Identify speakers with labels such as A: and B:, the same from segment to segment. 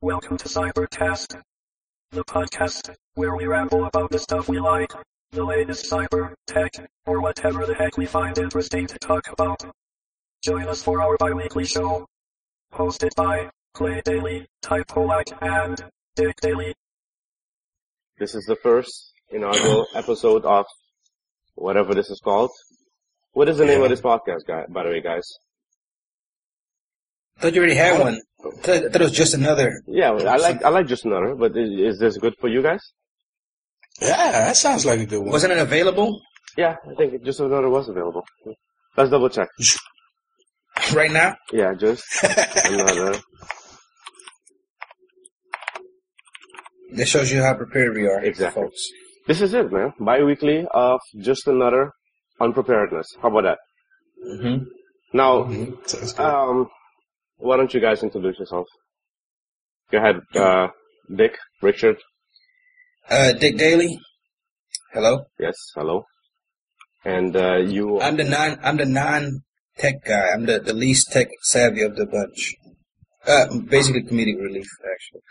A: Welcome to Cybercast, the podcast where we ramble about the stuff we like, the latest cyber, tech, or whatever the heck we find interesting to talk about. Join us for our bi-weekly show, hosted by Clay Daly, Ty Polak, and Dick Daly.
B: This is the first inaugural episode of whatever this is called. What is the name of this podcast, guy? By the way, guys.
C: Thought you already had one. Thought, thought it was just another.
B: Yeah, I like I like just another, but is, is this good for you guys?
D: Yeah, that sounds like a good one.
C: Wasn't it available?
B: Yeah, I think just another was available. Let's double check.
C: Right now?
B: Yeah, just another.
C: That shows you how prepared we are,
B: Exactly.
C: folks.
B: This is it, man. Bi-weekly of just another unpreparedness. How about that?
C: Mm-hmm.
B: Now,
D: Mhm, sounds good.
B: um, why don't you guys introduce yourself? Go ahead, uh, Dick, Richard.
C: Uh, Dick Daly. Hello.
B: Yes, hello. And uh, you.
C: I'm the non. I'm the non-tech guy. I'm the, the least tech savvy of the bunch. Uh, basically comedic relief, actually.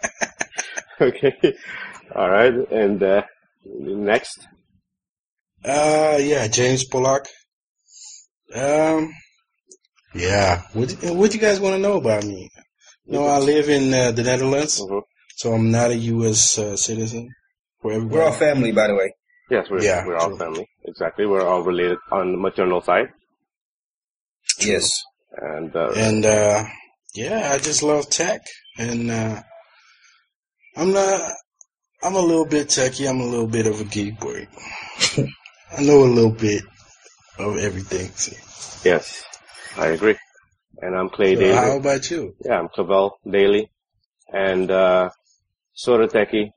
B: okay. All right. And uh, next.
D: Uh, yeah, James Pollock. Um, yeah. What What you guys want to know about me? You know, I live in uh, the Netherlands,
B: Mhm.
D: so I'm not a U.S. Uh, citizen. For everybody.
C: We're all family, by the way.
B: Yes, we're,
D: Yeah,
B: we're all
D: true.
B: family. Exactly. We're all related on the maternal side.
C: Yes.
B: And uh,
D: and uh, yeah, I just love tech, and uh, I'm not. I'm a little bit techy. I'm a little bit of a geek, but I know a little bit of everything. So,
B: yes, I agree. And I'm Clay Daly.
D: how about you?
B: Yeah, I'm Clavel Daly. And uh, sort of techie.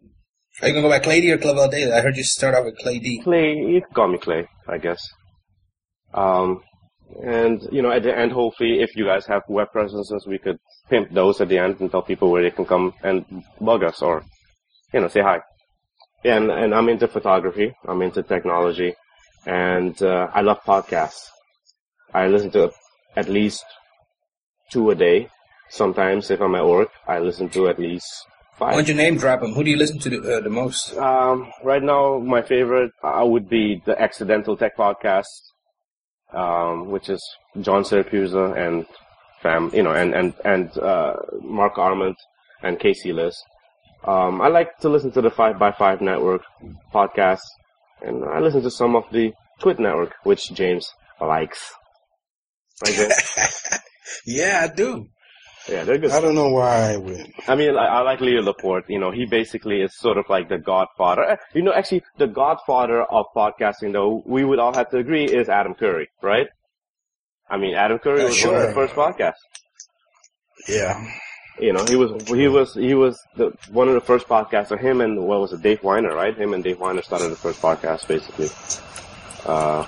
C: Are you gonna go by Clay D or Clavel Daly? I heard you start off with Clay D.
B: Clay, you can call me Clay, I guess. Um, and you know, at the end, hopefully, if you guys have web presences, we could pimp those at the end and tell people where they can come and bug us or, you know, say hi. Yeah, and and I'm into photography. I'm into technology, and uh, I love podcasts. I listen to at least two a day. Sometimes, if I'm at work, I listen to at least five.
C: Why don't you name drop him? Who do you listen to the, uh, the most?
B: Um, right now, my favorite uh, would be the Accidental Tech Podcast, um, which is John Siracusa and fam, you know, and and and uh, Mark Arment and Casey Liz. Um, I like to listen to the Five by Five Network podcast, and I listen to some of the Twit Network, which James likes. Right, James?
D: Yeah, I do.
B: yeah, they're good.
D: I don't know why I would.
B: I mean, I, I like Leo Laporte. You know, he basically is sort of like the godfather. Eh, You know, actually, the godfather of podcasting, though, we would all have to agree, is Adam Curry, right? I mean, Adam Curry
D: Uh,
B: was one of the
D: sure.
B: first podcasts.
D: Yeah.
B: You know, he was he was he was the one of the first podcasts. Or him and what was it, Dave Weiner, right? Him and Dave Weiner started the first podcast, basically. Uh,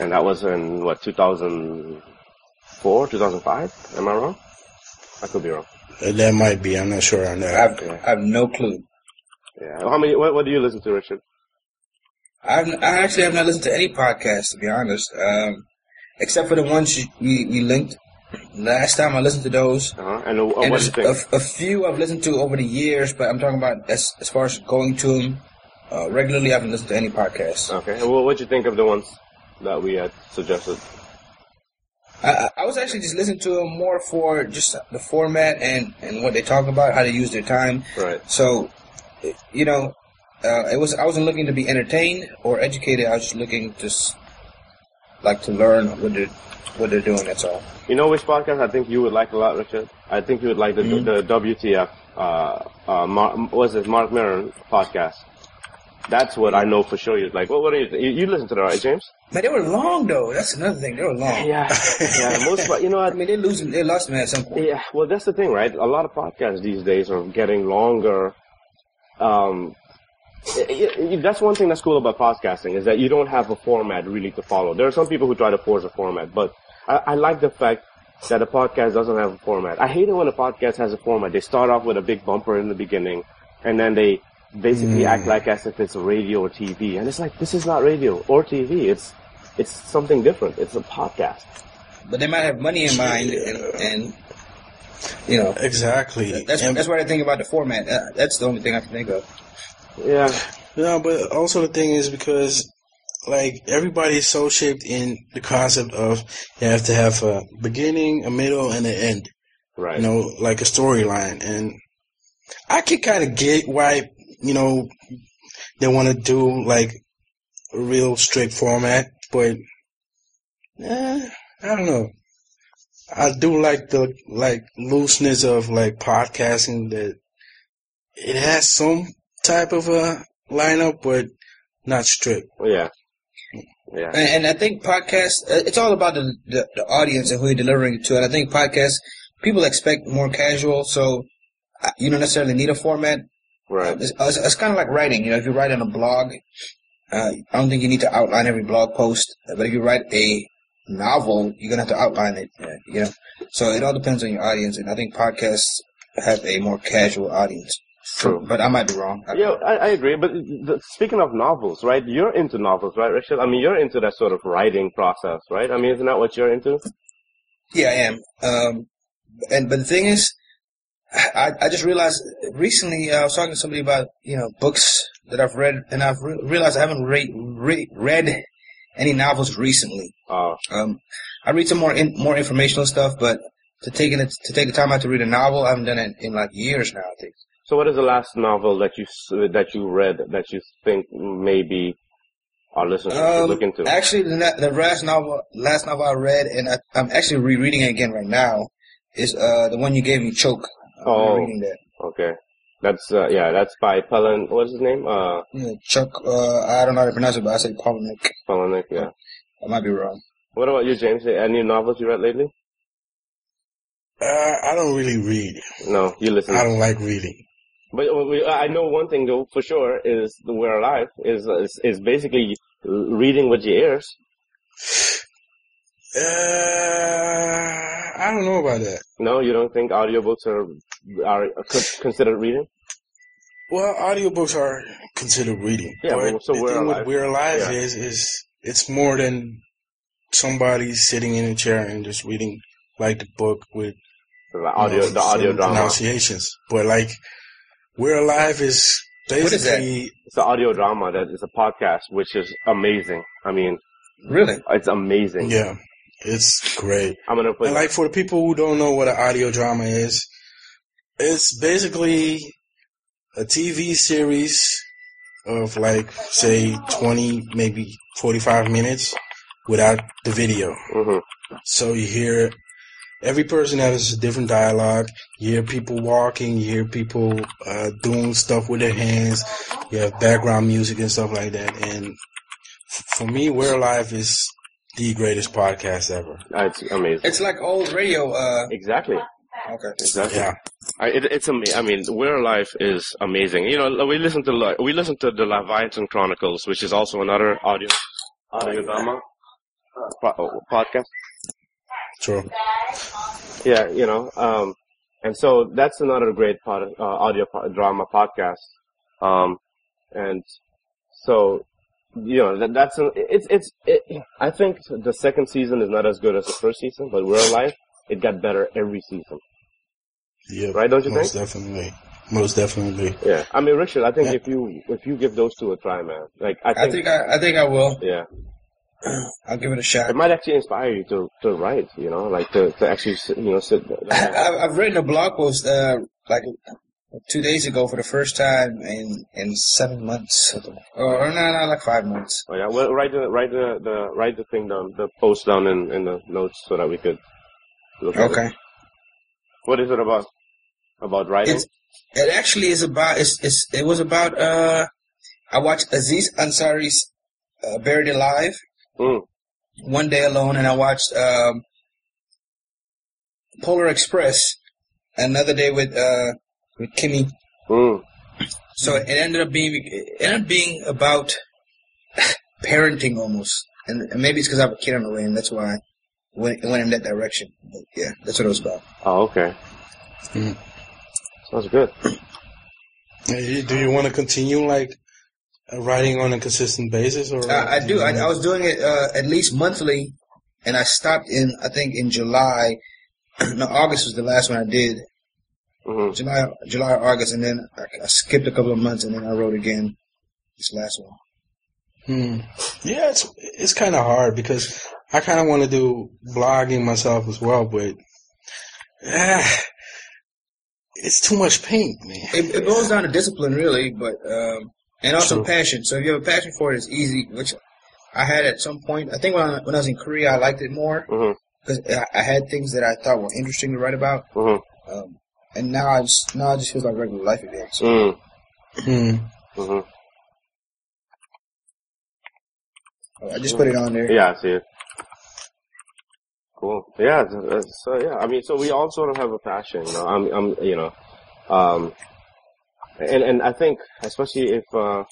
B: and that was in what 2004, 2005? Am I wrong? I could be wrong.
D: Uh, That might be. I'm not sure on that.
C: I've, I have no clue.
B: Yeah. How many? What, what do you listen to, Richard?
C: I've, I actually have not listened to any podcast to be honest, um, except for the ones you, you, you linked last time. I listened to those,
B: Uh-huh. And, uh, what
C: and
B: do you
C: there's a,
B: think?
C: f- a few I've listened to over the years. But I'm talking about as as far as going to them uh, regularly. I haven't listened to any podcast.
B: Okay. Well, what do you think of the ones that we had suggested?
C: I, I- I was actually just listening to them more for just the format and and what they talk about, how they use their time.
B: Right.
C: So, you know, uh, it was I wasn't looking to be entertained or educated. I was just looking to s- like to learn what they're what they're doing. That's all.
B: You know which podcast I think you would like a lot, Richard? I think you would like the
C: Hmm?
B: the WTF. Uh, uh, Mar- was it Mark Maron podcast? That's what I know for sure. You'd like. Well, what do you? Th- you, you listen to that, right, James?
C: Man, they were long though. That's another thing. They were long.
B: Yeah. yeah. Most. But you know
C: I
B: what?
C: mean, they losing. They lost me at some point.
B: Yeah, well, that's the thing, right? A lot of podcasts these days are getting longer. Um, i i i that's one thing that's cool about podcasting is that you don't have a format really to follow. There are some people who try to force a format, but I, I like the fact that a podcast doesn't have a format. I hate it when a podcast has a format. They start off with a big bumper in the beginning, and then they basically act like as if it's radio or TV, and it's like this is not radio or TV. It's it's something different. It's a podcast.
C: But they might have money in mind and and You know,
D: Exactly.
C: that's
D: And-
C: that's what I think about the format. Uh, that's the only thing I can think of.
B: Yeah.
D: No, but also the thing is because like everybody is so shaped in the concept of you have to have a beginning, a middle, and an end.
B: Right.
D: You know, like a storyline, and I can kind of get why you know they want to do like a real strict format, but eh, I don't know. I do like the like looseness of like podcasting that it has some type of a lineup, but not strict.
B: Yeah. Yeah.
C: And, and I think podcasts, uh, it's all about the, the, the audience and who you're delivering it to. And I think podcasts, people expect more casual, so uh, you don't necessarily need a format.
B: Right.
C: It's, it's, it's kind of like writing. You know, if you write on a blog, uh, I don't think you need to outline every blog post. But if you write a novel, you're gonna have to outline it. uh, You know, so it all depends on your audience. And I think podcasts have a more casual audience.
B: True.
C: But I might be wrong. I-
B: Yeah, I, I agree. But the, speaking of novels, right? You're into novels, right, Rachel? I mean, you're into that sort of writing process, right? I mean, isn't that what you're into?
C: Yeah, I am. Um, and but the thing is, I, I just realized recently uh, I was talking to somebody about you know books that I've read, and I've re- realized I haven't re- re- read any novels recently.
B: Uh,
C: Um, I read some more in, more informational stuff, but to taking it to take the time out to read a novel, I haven't done it in like years now. I think.
B: so, what is the last novel that you s- that you read that you think maybe our listeners should
C: Um,
B: look into?
C: Actually, the, na- the last novel, last novel I read, and I, I'm actually rereading it again right now, is uh, the one you gave me, Choke. I'm
B: Oh.
C: reading that.
B: okay, that's uh, yeah, that's by Pelin. What's his name? Uh,
C: Yeah, Chuck. Uh, I don't know how to pronounce it, but I say Palahniuk.
B: Pelinic.
C: Uh,
B: Yeah.
C: I might be wrong.
B: What about you, James? Any novels you read lately?
D: Uh, I don't really read.
B: No, you listen.
D: I don't like reading.
B: But uh, we, I know one thing though for sure is the we're alive is is, is basically reading with your ears.
D: Uh, I don't know about that.
B: No, you don't think audiobooks are are con- considered reading?
D: Well, audiobooks are considered reading.
B: Yeah,
D: but
B: well, so
D: the
B: We're
D: thing with
B: Alive-
D: We're Alive
B: yeah.
D: is is it's more than somebody sitting in a chair and just reading like the book with
B: The
D: you
B: audio,
D: know,
B: the audio
D: certain
B: drama.
D: pronunciations. But like We're Alive is
C: What is that?
D: basically
B: It's the audio drama that is a podcast, which is amazing. I mean,
C: Really?
B: it's amazing.
D: yeah, it's great.
B: I'm gonna put
D: and like for the people who don't know what an audio drama is, it's basically a TV series of like say 20 maybe 45 minutes without the video.
B: Mhm.
D: So you hear every person has a different dialogue. You hear people walking. You hear people uh, doing stuff with their hands. You have background music and stuff like that. And f- for me, We're Alive is the greatest podcast ever.
B: It's amazing.
C: It's like old radio. Uh,
B: Exactly.
C: okay.
B: Exactly.
D: Yeah.
B: I, it, it's ama- I mean, We're Alive is amazing. You know, we listen to li- we listen to the Leviathan Chronicles, which is also another audio audio drama po- oh, podcast.
D: True.
B: Yeah, you know, um, and so that's another great pod, uh, audio po- drama podcast. Um, and so, you know, that, that's, an, it's, it's, it, I think the second season is not as good as the first season, but We're Alive, it got better every season.
D: Yeah,
B: Right, don't you
D: most definitely. Most definitely.
B: Yeah. I mean, Richard, I think
D: Yeah.
B: if you, if you give those two a try, man, like, I
C: I
B: think,
C: think I, I think I will.
B: yeah,
C: I'll give it a shot.
B: it might actually inspire you to, to write, you know, like to, to actually, sit, you know, sit down.
C: I, I've written a blog post uh, like two days ago for the first time in in seven months, or, or no, no, like five months.
B: Oh, yeah. Well, write the write the, the write the thing down, the post down in, in the notes so that we could look at it.
C: Okay.
B: What is it about? About writing?
C: It's it actually is about it's, it's it was about uh, I watched Aziz Ansari's uh, Buried Alive,
B: Mm.
C: One Day Alone, and I watched um, Polar Express, another day with uh, with Kimmy.
B: Mm.
C: So it ended up being it ended up being about parenting almost, and, and maybe it's because I have a kid on the way, and that's why it went, it went in that direction. But yeah, that's what it was about.
B: Oh, okay.
D: Mm.
B: Sounds good.
D: Uh, you- Do you want to continue like uh, writing on a consistent basis, or
C: Uh, I do. I, I was doing it uh, at least monthly, and I stopped in I think in July. no, August was the last one I did.
B: hmm
C: July, July, August, and then I, I skipped a couple of months, and then I wrote again. This last one.
D: Hmm. Yeah, it's it's kind of hard because I kind of want to do blogging myself as well, but ah, it's too much paint, man.
C: It, it boils down to discipline, really, but um, and also
D: True.
C: passion. So if you have a passion for it, it's easy. Which I had at some point. I think when I, when I was in Korea, I liked it more
B: hmm
C: because I, I had things that I thought were interesting to write about.
B: hmm
C: Um, and now I just now it just feels like regular life again. So
B: Mm.
D: Hmm.
B: hmm
C: uh, I just put it on there.
B: Yeah, I see it. Cool. Yeah. th- that's- So yeah, I mean, so we all sort of have a passion. You know, I'm, I'm, you know, um, and and I think especially if uh,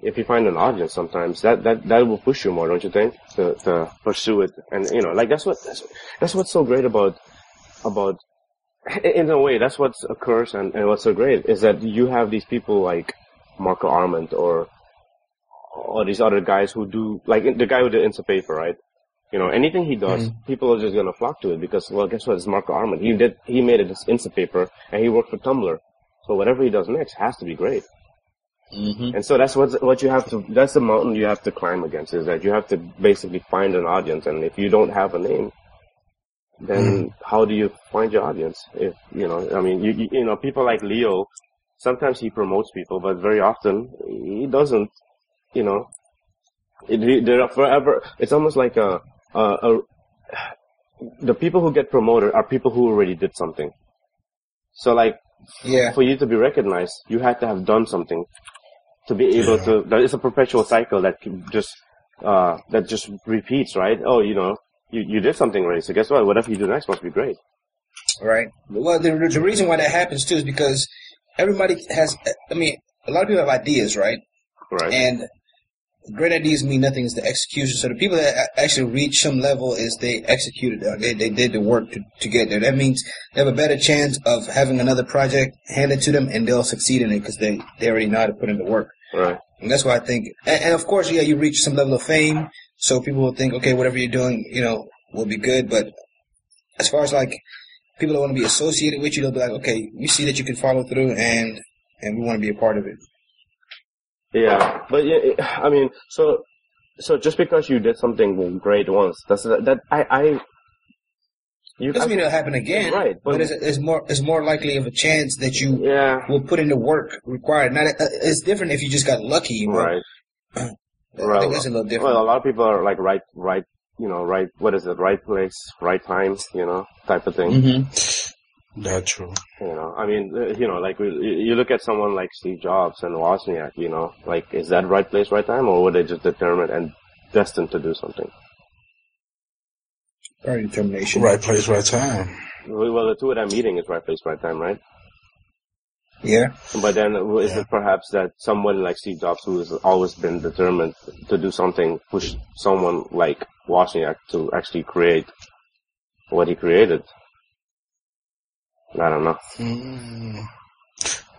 B: if you find an audience, sometimes that that that will push you more, don't you think, to to pursue it? And you know, like that's what that's, that's what's so great about about in a way that's what's a curse and, and what's so great is that you have these people like Marco Arment or or these other guys who do like the guy who did Insta Paper, right? You know, anything he does, people are just gonna flock to it because well, guess what? It's Marco Arment. He did he made it Insta Paper and he worked for Tumblr, so whatever he does next has to be great.
C: Mm-hmm.
B: And so that's what what you have to that's the mountain you have to climb against is that you have to basically find an audience and if you don't have a name then how do you find your audience if you know I mean you you, you know people like Leo sometimes he promotes people but very often he doesn't you know it, they're forever it's almost like a, a, a the people who get promoted are people who already did something so like
C: Yeah.
B: for you to be recognized, you had to have done something to be able to. That is a perpetual cycle that can just uh, that just repeats, right? Oh, you know, you, you did something already, so guess what? Whatever you do next must be great.
C: right? Well, the, the reason why that happens too is because everybody has. I mean, a lot of people have ideas, right?
B: Right.
C: And great ideas mean nothing; it's the execution. So the people that a- actually reach some level is they executed, uh, they they did the work to, to get there. That means they have a better chance of having another project handed to them, and they'll succeed in it because they they already know how to put in the work.
B: right.
C: And that's why I think, and, and of course, yeah, you reach some level of fame, so people will think, okay, whatever you're doing, you know, will be good. But as far as like people that want to be associated with you, they'll be like, okay, we see that you can follow through, and and we want to be a part of it.
B: Yeah. But yeah, it- I mean, so so just because you did something great once, that's that I I. You
C: Doesn't mean it'll happen again,
B: Right, but-
C: But, it's, it's more it's more likely of a chance that you
B: yeah.
C: will put in the work required. Not it's different if you just got lucky, you know.
B: Right.
C: I think that's a little different.
B: Well, a lot of people are like right, right, you know, right. What is it? Right place, right time, you know, type of thing.
C: mm-hmm.
D: That's true.
B: You know, I mean, uh, you know, like we, you you look at someone like Steve Jobs and Wozniak, you know, like is that right place, right time, or were they just determined and destined to do something?
C: Prior determination.
D: Right place, right time.
B: Well, well, the two of them meeting is right place, right time, right?
C: Yeah.
B: But then uh, is it perhaps that someone like Steve Jobs, who has always been determined to do something, pushed someone like Wozniak to actually create what he created? I don't know.
D: Hmm.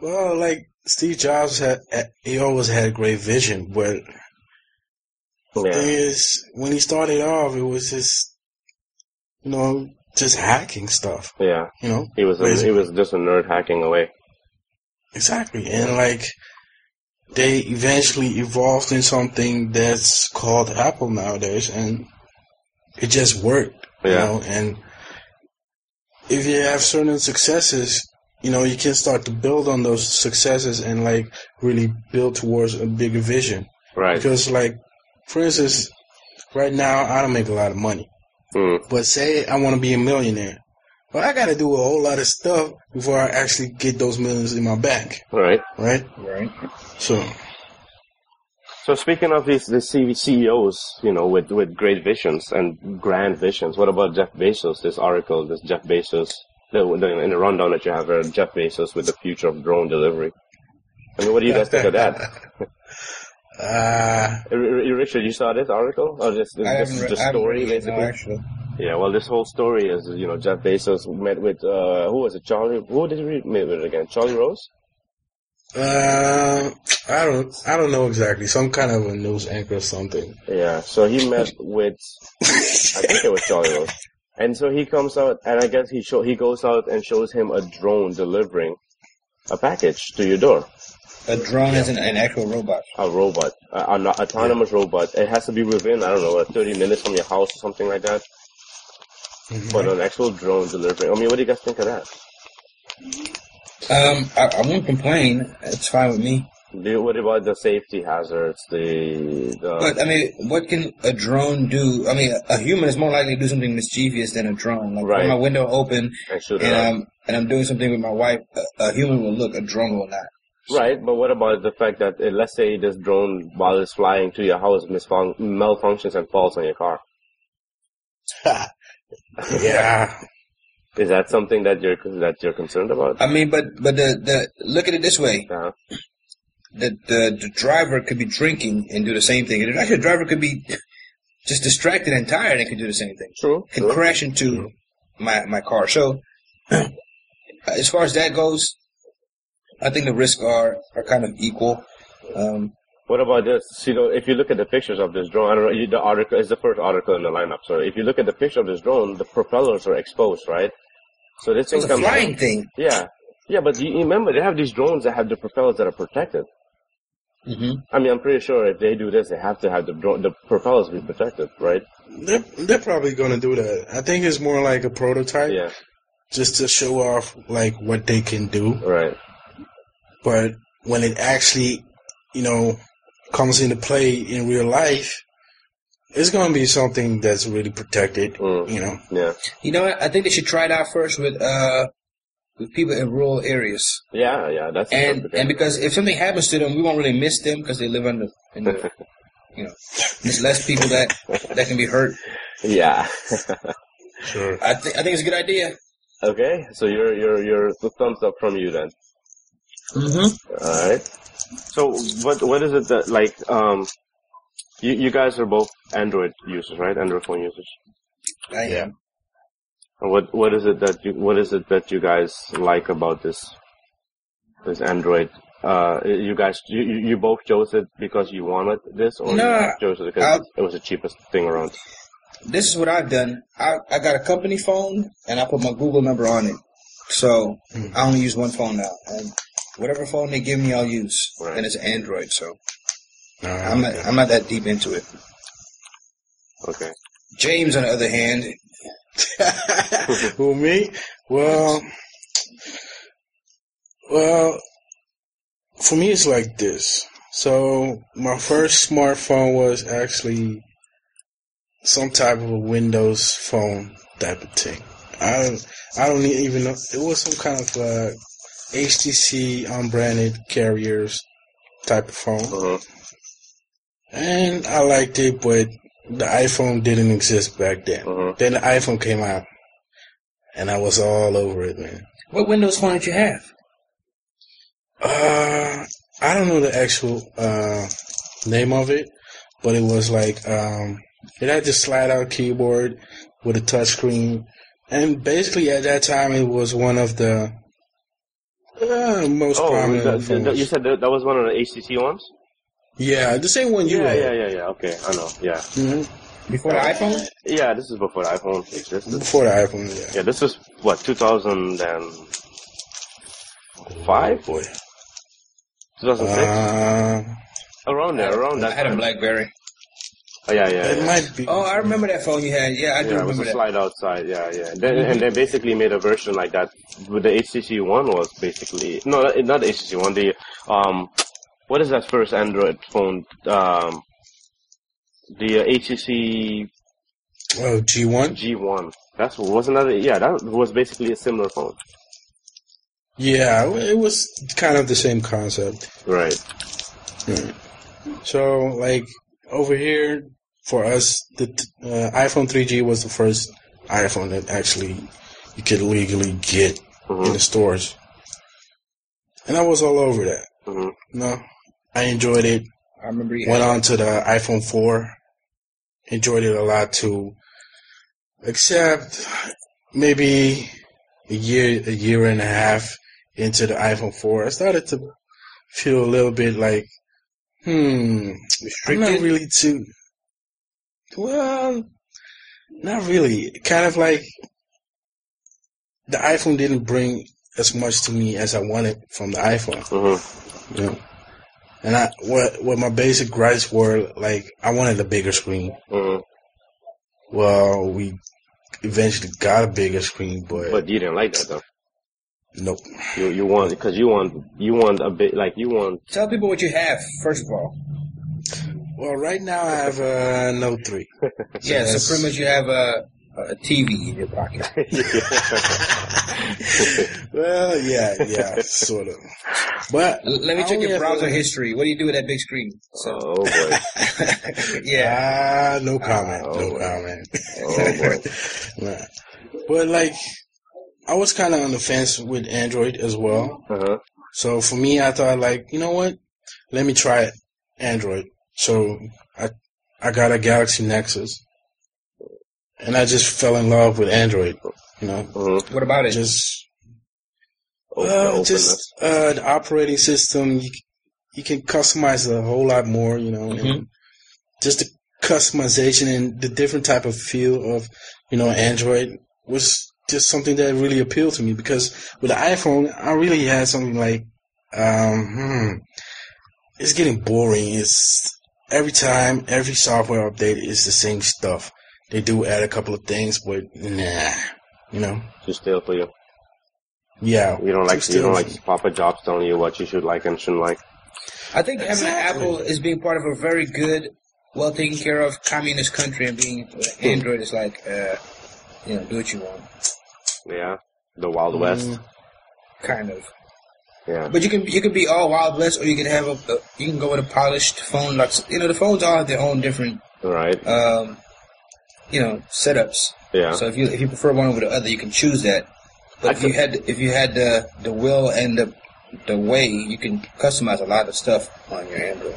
D: Well, like Steve Jobs had, he always had a great vision, but thing
B: Yeah.
D: is, when he started off, it was just, you know, just hacking stuff.
B: Yeah.
D: You know,
B: He was a, he
D: Basically.
B: was just a nerd hacking away.
D: Exactly. And like they eventually evolved in something that's called Apple nowadays and it just worked. You
B: Yeah.
D: know, and if you have certain successes, you know, you can start to build on those successes and like really build towards a bigger vision.
B: Right.
D: Because like for instance, right now I don't make a lot of money.
B: Mm.
D: But say I wanna be a millionaire. Well I gotta do a whole lot of stuff before I actually get those millions in my bank.
B: Right.
D: Right?
C: Right.
D: So
B: So speaking of these the C- CEOs, you know, with, with great visions and grand visions, what about Jeff Bezos? This article, this Jeff Bezos, the, the, in the rundown that you have, here, Jeff Bezos with the future of drone delivery. I mean, what do you guys think of that?
D: uh
B: R- R- Richard, you saw this article or this
C: I
B: this,
C: haven't
B: this,
C: read. I haven't
B: story
C: read it, no,
B: basically?
C: actually.
B: yeah. Well, this whole story is you know Jeff Bezos met with uh who was it? Charlie? Who did he re- meet with again? Charlie Rose?
D: Uh, I don't, I don't know exactly. Some kind of a news anchor or something.
B: Yeah. So he met with I think it was Charlie Rose. And so he comes out, and I guess he show he goes out and shows him a drone delivering a package to your door.
C: A drone is an, an actual robot.
B: A robot, a- an autonomous robot. It has to be within I don't know, like 30 minutes from your house or something like that. But an actual drone delivering. I mean, what do you guys think of that?
C: Um, I, I won't complain. It's fine with me.
B: Do you, what about the safety hazards? The the
C: But I mean, what can a drone do? I mean, a human is more likely to do something mischievous than a drone. Like
B: Right.
C: when my window open
B: and shoot it
C: and
B: up.
C: I'm and I'm doing something with my wife, a, a human will look. A drone will not.
B: Right, but what about the fact that uh, let's say this drone, while it's flying to your house, misfun- malfunctions and falls on your car?
D: yeah.
B: Is that something that you're that you're concerned about?
C: I mean, but but the the look at it this way:
B: Uh,
C: the the, the driver could be drinking and do the same thing. Actually, the driver could be just distracted and tired and could do the same thing.
B: true.
C: Could
B: true.
C: crash into my my car. So, as far as that goes, I think the risks are are kind of equal. Um,
B: What about this? You know, if you look at the pictures of this drone, I don't know. You, the article is the first article in the lineup. So if you look at the picture of this drone, the propellers are exposed, right? So this thing
C: it's a
B: comes.
C: flying thing.
B: Yeah, yeah, but you you remember they have these drones that have the propellers that are protected.
C: hmm
B: I mean, I'm pretty sure if they do this, they have to have the drone, the propellers be protected, right?
D: They're, they're probably going to do that. I think it's more like a prototype
B: Yeah,
D: just to show off like what they can do.
B: right.
D: But when it actually, you know, comes into play in real life, it's going to be something that's really protected,
B: Mm,
D: you know.
B: yeah.
C: You know what? I think they should try it out first with uh with people in rural areas,
B: Yeah, yeah, that's a
C: and
B: perfect
C: and
B: idea.
C: because if something happens to them, we won't really miss them because they live under in the you know there's less people that that can be hurt.
B: yeah.
D: Sure.
C: I think I think it's a good idea.
B: okay, so you're you're you're the thumbs up from you then.
C: Mm-hmm.
B: All right. So what what is it that like um you you guys are both Android users, right? Android phone users.
C: I am.
D: Yeah.
B: And what what is it that you what is it that you guys like about this this Android? Uh, you guys, you, you you both chose it because you wanted this, or
C: No,
B: you chose it because
C: I-
B: it was the cheapest thing around.
C: This is what I've done. I, I got a company phone and I put my Google number on it. So I only use one phone now. And whatever phone they give me, I'll use.
B: Right.
C: And it's Android, so
D: All right.
C: I'm not, I'm not that deep into it.
B: Okay.
C: James, on the other hand,
D: Who me? Well, well, for me it's like this. So my first smartphone was actually some type of a Windows phone type of thing. I don't, I don't e-, even know. It was some kind of uh, HTC unbranded carriers type of phone,
B: uh
D: and I liked it, but the iPhone didn't exist back then.
B: uh
D: Then the iPhone came out, and I was all over it, man.
C: what Windows phone did you have?
D: Uh, I don't know the actual uh, name of it, but it was like um, it had this slide-out keyboard with a touchscreen, and basically at that time it was one of the uh, most
B: Oh,
D: prominent
B: the, the,
D: phones.
B: the, you said that, that was one of the HTC ones.
D: yeah, the same one you
B: yeah,
D: had.
B: yeah, yeah, yeah. Okay, I know. Yeah,
D: Mhm.
C: Before the iPhone?
B: yeah. This is before the iPhone existed.
D: Before the iPhone, yeah.
B: Yeah, this was what 2005,
D: Oh, boy.
B: 2006,
D: Uh,
B: around there, around
C: I
B: that.
C: had a
B: time.
C: BlackBerry.
B: Oh, yeah, yeah.
D: it
B: yeah.
D: might be.
C: Oh, I remember that phone you had. Yeah, I do
B: Yeah, it was
C: remember
B: a
C: that.
B: slide outside. Yeah, yeah. Then, And they basically made a version like that. But the HTC One was basically no, not the HTC One. The um, what is that first Android phone? Um, the uh, HTC
D: Oh, G1.
B: G1. That's wasn't that? Yeah, that was basically a similar phone.
D: Yeah, it was kind of the same concept.
B: Right.
D: So, like over here for us, the t- uh, iPhone 3G was the first iPhone that actually you could legally get in the
B: Mhm.
D: stores, and I was all over that.
B: Mhm.
D: No, I enjoyed it.
C: I remember you
D: Went
C: had.
D: on to the iPhone 4, enjoyed it a lot too. Except maybe a year, a year and a half into the iPhone 4, I started to feel a little bit like, hmm, I'm not
C: Restricted?
D: really too. Well, Not really. Kind of like the iPhone didn't bring as much to me as I wanted from the iPhone.
B: Mm-hmm.
D: Yeah. And I what what my basic gripes were like I wanted a bigger screen.
B: Mm-hmm.
D: Well, we eventually got a bigger screen, but,
B: But you didn't like that though.
D: nope.
B: You you want because you want you want a bit like you want
C: Tell people what you have, first of all.
D: Well, right now I have a Note three.
C: Yeah,
D: Yes.
C: so pretty much you have a, a TV in your pocket.
D: well, yeah, yeah, sort of. But
C: L- Let me
D: I
C: check
D: only
C: your
D: have
C: browser
D: a-
C: history. What do you do with that big screen? So,
B: oh boy
C: yeah.
D: Ah, no comment. no
B: okay.
D: comment.
B: oh boy
D: Nah. But like, I was kind of on the fence with Android as well.
B: uh-huh.
D: So for me, I thought like, you know what? Let me try it, Android. So I I got a Galaxy Nexus, and I just fell in love with Android. You know,
B: Mm-hmm.
C: What about it?
D: just
B: Open,
D: Uh,
B: openness.
D: just uh, the operating system. You, c- you can customize a whole lot more, you know.
B: Mm-hmm.
D: And just the customization and the different type of feel of, you know, Android was just something that really appealed to me because with the iPhone, I really had something like, um, hmm, it's getting boring. It's every time, every software update is the same stuff. They do add a couple of things, but nah, you know.
B: Too still for you.
D: Yeah,
B: You don't like
D: Just
B: you don't
D: different.
B: like Papa Jobs telling you what you should like and shouldn't like.
C: I think having an
D: Exactly.
C: Apple is being part of a very good, well taken care of communist country, and being uh, Android is like, uh, you know, do what you want,
B: Yeah, the Wild West.
D: Mm.
C: kind of.
B: Yeah,
C: But you can you can be all wild west, or you can have a, a you can go with a polished phone. Like you know, the phones all have their own different,
B: right.
C: um, you know, setups.
B: Yeah,
C: So if you if you prefer one over the other, you can choose that. But
B: I
C: if you
B: could-
C: had if you had the the will and the the way, you can customize a lot of stuff on your Android.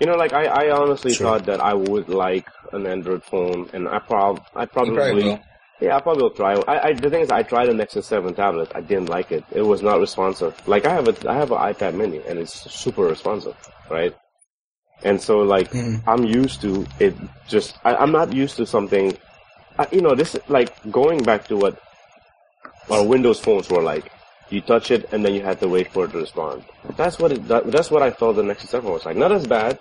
B: you know, like I, I honestly
D: Sure.
B: thought that I would like an Android phone, and I prob I
C: You
B: probably,
C: probably will.
B: yeah I probably will try. I, I the thing is I tried a Nexus Seven tablet. I didn't like it. It was not responsive. Like I have a I have an iPad Mini, and it's super responsive, right? And so like
D: Mhm.
B: I'm used to it. Just I, I'm not used to something. I, you know, this like going back to what our Windows phones were like. You touch it and then you had to wait for it to respond. That's what it, that, that's what I felt the Nexus 7 was like. Not as bad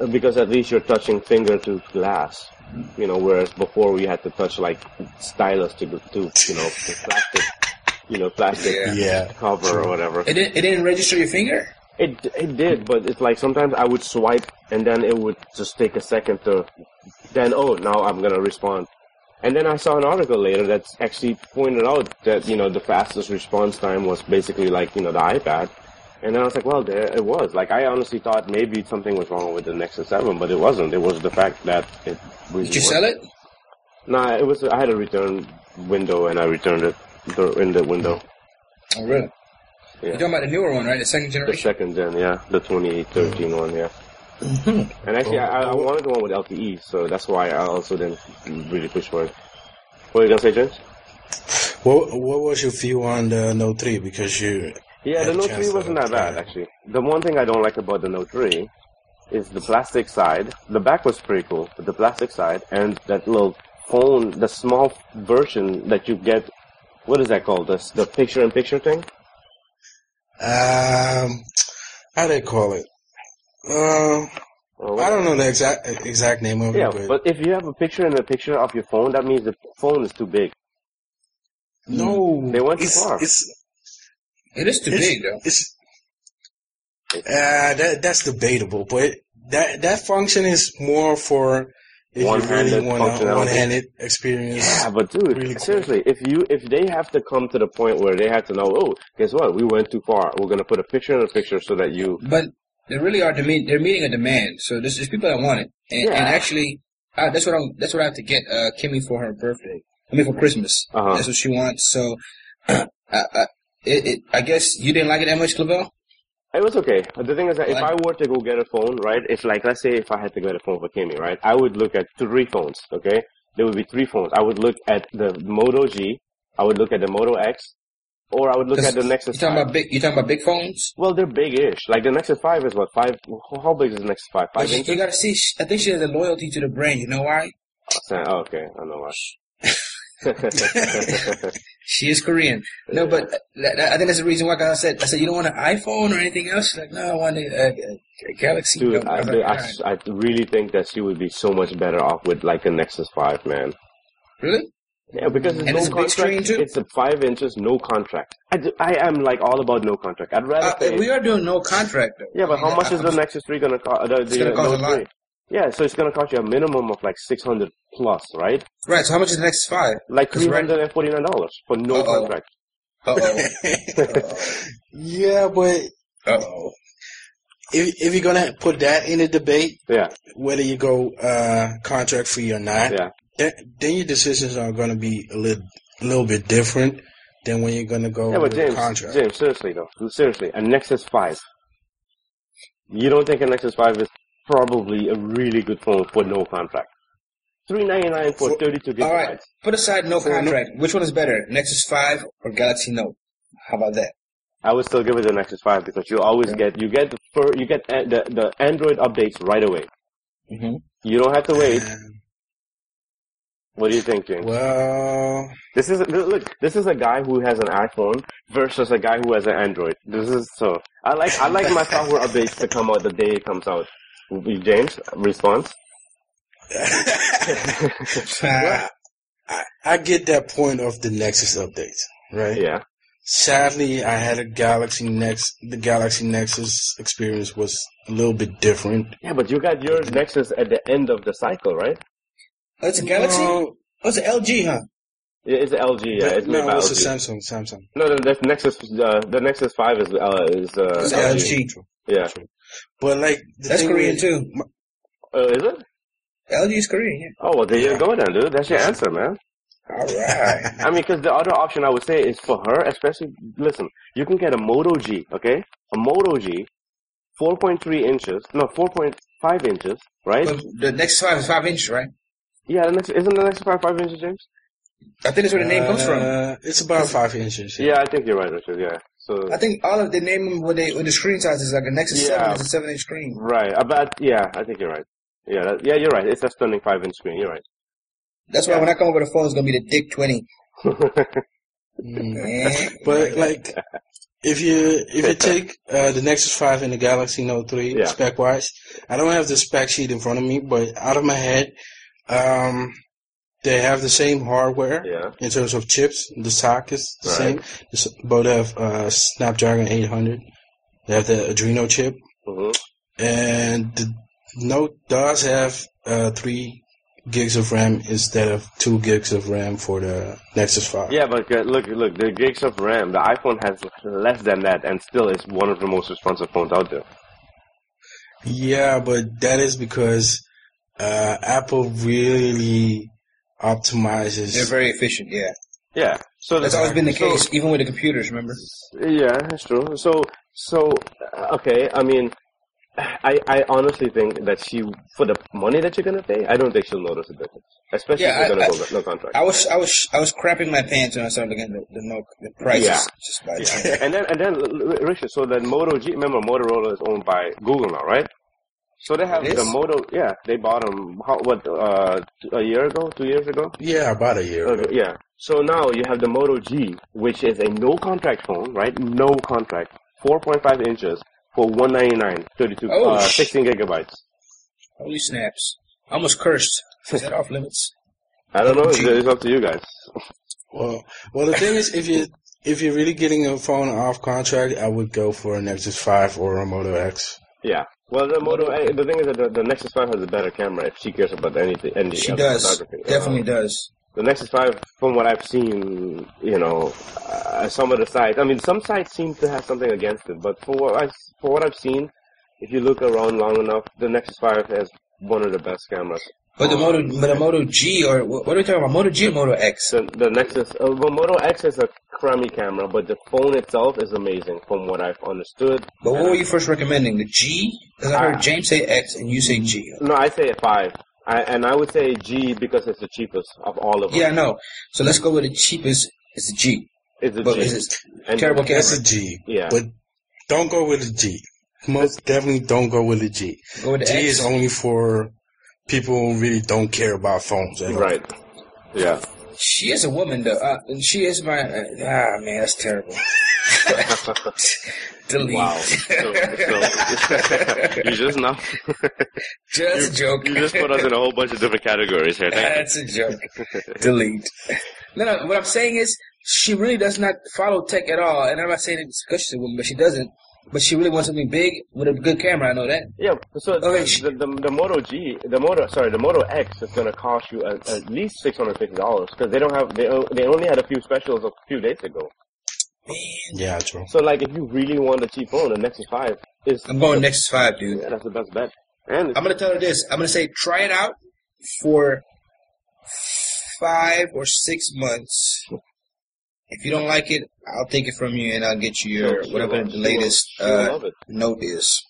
B: uh, because at least you're touching finger to glass, you know. Whereas before we had to touch like stylus to to you know to plastic, you know plastic
C: Yeah.
D: Yeah.
B: cover or whatever.
C: It didn't, it didn't register your finger?
B: It it did, but it's like sometimes I would swipe and then it would just take a second to, then oh now I'm gonna respond, and then I saw an article later that actually pointed out that you know the fastest response time was basically like you know the iPad, and then I was like well there it was like I honestly thought maybe something was wrong with the Nexus Seven, but it wasn't. It was the fact that it. Really
C: Did you sell it?
B: Nah, it was I had a return window and I returned it the, in the window.
C: Oh, really?
B: Yeah.
C: You're talking about the newer one, right? The second
B: The
C: generation?
B: second gen, yeah, the 2013 one, yeah.
D: Mm-hmm.
B: And actually, I, I wanted the one with LTE, so that's why I also didn't really push for it. What were you gonna say, James?
D: What What was your view on the Note 3? Because you
B: Yeah,
D: had
B: the
D: a
B: Note
D: chance
B: 3
D: to
B: wasn't that
D: try
B: bad,
D: it.
B: actually. The one thing I don't like about the Note 3 is the plastic side. The back was pretty cool, but the plastic side and that little phone, the small version that you get, what is that called? The, the picture-in-picture thing?
D: Um, how do they call it? Um,
B: Or
D: I
B: what-
D: don't know the exact exact name of
B: Yeah,
D: it, but,
B: but if you have a picture in a picture of your phone, that means the phone is too big.
D: no,
B: They went too
D: it's,
B: far.
D: It's
C: It is too
D: it's,
C: big, though.
D: It's uh, that that's debatable, but that that function is more for if you really
B: One-handed
D: want a
B: functionality.
D: one-handed experience.
B: Yeah, but dude,
D: Really quick.
B: seriously, if you if they have to come to the point where they have to know, oh, guess what? We went too far. We're gonna put a picture in a picture so that you
C: But they really are deme- they're meeting a demand. So there's, there's people that want it. And, and
B: Yeah.
C: actually, uh, that's what I'm, that's what I have to get uh, Kimmy for her birthday. I mean, for Christmas.
B: Uh-huh.
C: That's what she wants. So, I, I, it, it, I guess you didn't like it that much, Clavel?
B: It was okay. The thing is that if
C: Like-
B: I were to go get a phone, right? If like let's say if I had to get a phone for Kimmy, right? I would look at three phones. Okay, there would be three phones. I would look at the Moto G, I would look at the Moto X, or I would look at the
C: You
B: Nexus.
C: talking
B: 5.
C: about big? You talking about big phones?
B: Well, they're big-ish. Like the Nexus Five is what five? How big is the Nexus Five? Five
C: But you,
B: inches.
C: you gotta see. sh- I think she has a loyalty to the brand. You know why?
B: Sam- oh, okay, I know why.
C: She is Korean. No,
B: Yeah.
C: but uh, that- that- I think that's the reason why 'cause I said, I said, you don't want an iPhone or anything else? She's like, no, I want a, a, a Galaxy.
B: Dude,
C: No,
B: I,
C: was
B: dude,
C: like,
B: I,
C: "Alright."
B: I really think that she would be so much better off with like a Nexus 5, man.
C: really?
B: Yeah, because there's
C: And
B: no
C: it's a big
B: contract.
C: screen, too?
B: It's a five inches, no contract. I, d- I am like all about no contract. I'd rather
C: Uh,
B: pay.
C: we are doing no contract. Though.
B: yeah, but
C: I
B: how
C: mean,
B: much
C: I-
B: is the Nexus 3 gonna cost? Uh, the, the
C: gonna
B: uh,
C: cost
B: Note
C: a lot.
B: 3? Yeah, so it's gonna cost you a minimum of like 600 plus, right?
C: Right, so how much is the next five?
B: Like
C: That's right.
B: $349 for no
C: Uh-oh.
B: contract.
C: Uh-oh.
D: yeah, but
C: Uh-oh.
D: if if you're gonna put that in a debate,
B: Yeah,
D: whether you go uh, contract free or not,
B: yeah.
D: then, then your decisions are gonna be a little a little bit different than when you're gonna go
B: Yeah, but
D: with
B: James,
D: contract.
B: James, seriously though, seriously, a Nexus 5. You don't think a Nexus 5 is probably a really good phone for no contract? 399 for
D: For-
B: 32 gigabytes.
C: All right, put aside no
D: For no-
C: contract. Which one is better, Nexus 5 or Galaxy Note? How about that?
B: I would still give it the Nexus 5 because you always
C: Yeah.
B: get you get the fir- you get a- the, the Android updates right away.
C: Mm-hmm.
B: You don't have to wait. What do you think, James?
D: Well,
B: This is this, look. This is a guy who has an iPhone versus a guy who has an Android. This is so. I like I like my software updates to come out the day it comes out. James, response.
D: Well, I, I get that point of the Nexus updates, right?
B: Yeah.
D: Sadly, I had a Galaxy Nex. The Galaxy Nexus experience was a little bit different.
B: Yeah, but you got your Nexus at the end of the cycle, right?
C: oh, it's a Galaxy?
D: No,
C: Oh, it's an LG, huh?
B: Yeah, It's LG. Yeah, it's made
D: no,
B: by
D: it's a
B: LG.
D: Samsung. Samsung.
B: No, no, that's Nexus. Uh, the Nexus Five is uh, is uh,
C: It's
B: LG.
C: LG.
B: Yeah.
D: But like, the
C: That's
D: thing
C: Korean,
D: is-
C: too.
B: Oh, is it?
C: LG is Korean,
B: Oh well, there you go then, dude. That's your answer, man.
C: yeah. All right.
B: I mean, because the other option I would say is for her, especially. Listen, you can get a Moto G, okay? A Moto G, four point three inches, no, four point five inches, right?
C: but the Nexus 5 is 5 inch, right?
B: yeah, the next, isn't the Nexus Five five inches, James?
C: I think that's where the name comes from.
D: Uh, It's about five inches.
B: Yeah, I think you're right, Richard. Yeah. So
C: I think all of the name what they with the screen size is like a
B: Yeah.
C: Nexus Seven is a seven inch screen.
B: Right. About yeah, I think you're right. Yeah, that, yeah, you're right. It's a stunning five inch screen. You're
C: That's why when I come over the phone, it's gonna be the Dick Twenty.
B: right.
D: Mm.
C: Eh,
D: But like, if you if you take uh, the Nexus Five and the Galaxy Note Three
B: Yeah.
D: spec wise, I don't have the spec sheet in front of me, but out of my head, um, they have the same hardware
B: yeah.
D: in terms of chips. The stock is the
B: Right.
D: same. It's- Both have uh, Snapdragon 800. They have the Adreno chip,
B: hmm
D: and the Note does have uh, three gigs of RAM instead of two gigs of RAM for the Nexus Five.
B: Yeah, but uh, look, look, the gigs of RAM, the iPhone has less than that, and still is one of the most responsive phones out there.
D: Yeah, but that is because uh, Apple really optimizes.
C: they're very efficient. Yeah,
B: Yeah. So
C: that's always been the
B: so-
C: case, even with the computers. Remember?
B: Yeah, that's true. So, so uh, okay. I mean, I I honestly think that she for the money that you're gonna pay, I don't think she'll notice a difference, especially
C: Yeah,
B: if you're
C: I-
B: gonna go no contract.
C: I was I was I was crapping my pants when I started looking at the, the, no, the prices.
B: Yeah.
C: Just by
B: Yeah. and then and then L- L- Richard, so that Moto G, remember Motorola is owned by Google now, right? So they have
C: It
B: the
C: is?
B: Moto. Yeah, they bought them. How, what uh, t- a year ago, two years ago.
D: yeah, about a year.
B: Okay, yeah. So now you have the Moto G, which is a no contract phone, right? No contract, 4.5 inches for 199, 32,
C: Oh,
B: uh,
C: sh-
B: 16 gigabytes.
C: Holy snaps! I almost cursed. Is that off limits?
B: I don't know. It's,
C: Gee.
B: it's up to you guys.
D: Well, well, the thing is, if you if you're really getting a phone off contract, I would go for a Nexus Five or a Moto X.
B: Yeah. Well, the Moto. eh, The thing is that the, the Nexus 5 has a better camera if she cares about anything. Any
C: She
B: other
C: does.
B: photography.
C: Definitely
B: Uh,
C: does.
B: the Nexus 5, from what I've seen, you know, uh, some of the sites. I mean, some sites seem to have something against it, but for what I for what I've seen, if you look around long enough, the Nexus 5 has one of the best cameras.
C: But the
B: Oh,
C: Moto, but the Moto G or what what are we talking about? Moto G or Moto X?
B: The, the Nexus, uh, well, Moto X is a crummy camera, but the phone itself is amazing from what I've understood.
C: But what
B: And
C: were you first recommending? The G? 'Cause I heard
B: Ah.
C: James say X and you say G.
B: I- No, I say a 5. I, and I would say G because it's the cheapest of all of them.
C: Yeah, I know. So let's go with the cheapest. It's the G.
B: It's a
C: But
B: G.
C: it's
B: And-
C: terrible camera.
D: That's a G.
B: Yeah.
D: But don't go with a G. Most definitely don't go with a G.
C: Go with the
D: G
C: X.
D: is only for people really don't care about phones at all.
B: Right. Yeah.
C: She is a woman, though. Uh, and she is my. Uh, ah, man, that's terrible. Delete.
B: Wow. So, so- you just not.
C: Just a joke.
B: You just put us in a whole bunch of different categories here. Thank you.
C: That's a joke. Delete. No, no. What I'm saying is, she really does not follow tech at all. And I'm not saying it's because she's a woman, but she doesn't. But she really wants something big with a good camera. I know that.
B: Yeah, so
C: Okay, sh-
B: the, the the Moto G, the Moto, sorry, the Moto X is going to cost you at, at least six hundred fifty dollars because they don't have they o- they only had a few specials a few days ago.
D: Yeah, true.
B: So like, if you really want a cheap phone, the Nexus Five is
C: I'm going Nexus Five, dude.
B: yeah, that's the best bet. And it's-
C: I'm gonna tell her this. I'm gonna say try it out for five or six months. If you don't like it, I'll take it from you and I'll get you your
B: Sure,
C: whatever
B: sure,
C: the
B: sure.
C: latest
B: You'll
C: uh,
B: love it.
C: note is.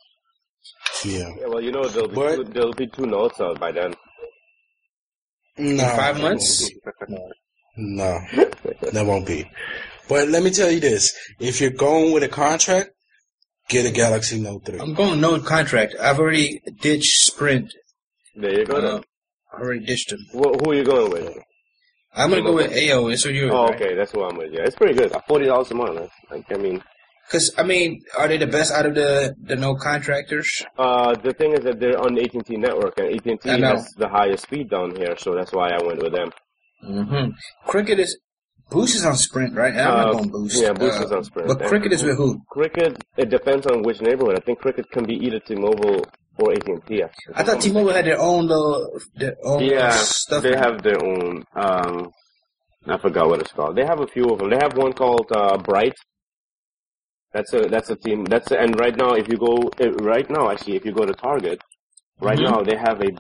D: Yeah.
B: Yeah, well, you know there'll be
D: But-
B: two, there'll be two notes out by then.
D: No.
C: Five
D: that
C: months?
D: No, that won't be. But let me tell you this: if you're going with a contract, get a Galaxy Note three.
C: I'm going no contract. I've already ditched Sprint.
B: There you go.
C: Uh,
B: then.
C: I already ditched them.
B: Wh- who are you going with?
C: I'm gonna go with AO. It's what you.
B: Oh, okay, that's who I'm with. Yeah, it's pretty good. Forty dollars a month. that's- Like, I mean,
C: Because I mean, are they the best out of the the no contractors?
B: uh, the thing is that they're on the AT&T network, and AT&T
C: I know.
B: has the highest speed down here, so that's why I went with them.
C: Mm-hmm. Cricket is Boost is on Sprint, right? And I'm
B: Uh,
C: not going Boost.
B: yeah, Boost
C: Uh,
B: is on Sprint.
C: But Cricket is with who?
B: Cricket, it depends on which neighborhood. I think Cricket can be either T-Mobile or AT&T. Actually.
C: I thought T-Mobile had their own little their own
B: Yeah,
C: little stuff.
B: they have their own. Um, I forgot what it's called. They have a few of them. They have one called uh, Bright. That's a that's a team. That's a, and right now, if you go eh, right now, actually, if you go to Target, right now they have a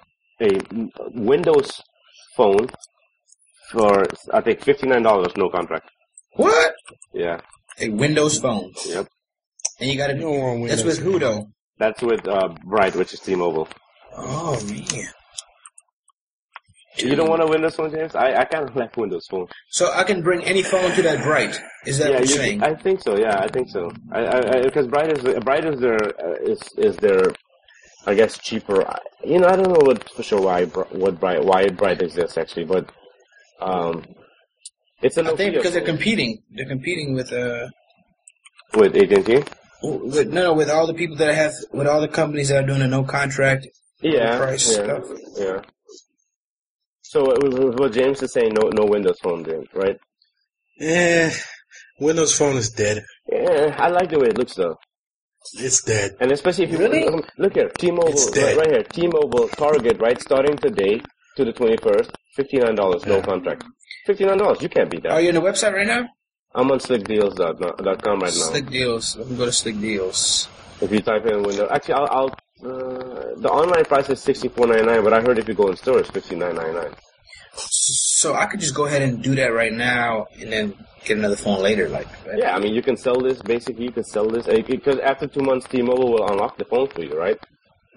B: a Windows phone for I think fifty nine dollars, no contract.
C: what?
B: Yeah,
C: A Windows phone.
B: Yep.
C: And you got
D: You
C: to.
D: don't want
C: That's
D: Windows
C: with who though?
B: that's with uh, Bright, which is T-Mobile.
C: Oh man.
B: You don't want a Windows phone, James? I I kind of like Windows phone.
C: So I can bring any phone to that bright. Is that
B: yeah,
C: what
B: you,
C: you're saying?
B: I think so. Yeah, I think so. I because Bright is Bright is their uh, is is their I guess cheaper. I- You know, I don't know what for sure why Br- what Bright why Bright exists actually, but um, it's a
C: I think
B: Nokia
C: because they're
B: phone
C: competing. They're competing with uh,
B: with AT and T.
C: with, no, no, with all the people that have, with all the companies that are doing a no contract.
B: Yeah,
C: price
B: yeah,
C: stuff.
B: yeah. So what- what what James is saying, no no Windows phone, James, right?
D: Eh, Windows Phone is dead.
B: Yeah, I like the way it looks though.
D: It's dead.
B: And especially if you
C: Really?
B: um, look here, T-Mobile
D: It's
B: right,
D: dead.
B: right here, T-Mobile Target right starting today to the twenty first, fifty nine dollars no contract, fifty nine dollars you can't beat
C: Are
B: that.
C: you on the website right now?
B: I'm on slickdeals.com right now.
C: Slick deals. Let me go to Slick deals.
B: If you type in window, actually I'll, I'll uh, the online price is sixty four ninety nine, but I heard if you go in store it's fifty nine ninety nine.
C: So I could just go ahead and do that right now, and then get another phone later. Like, right?
B: Yeah, I mean you can sell this basically. You can sell this uh, because after two months T-Mobile will unlock the phone for you, right?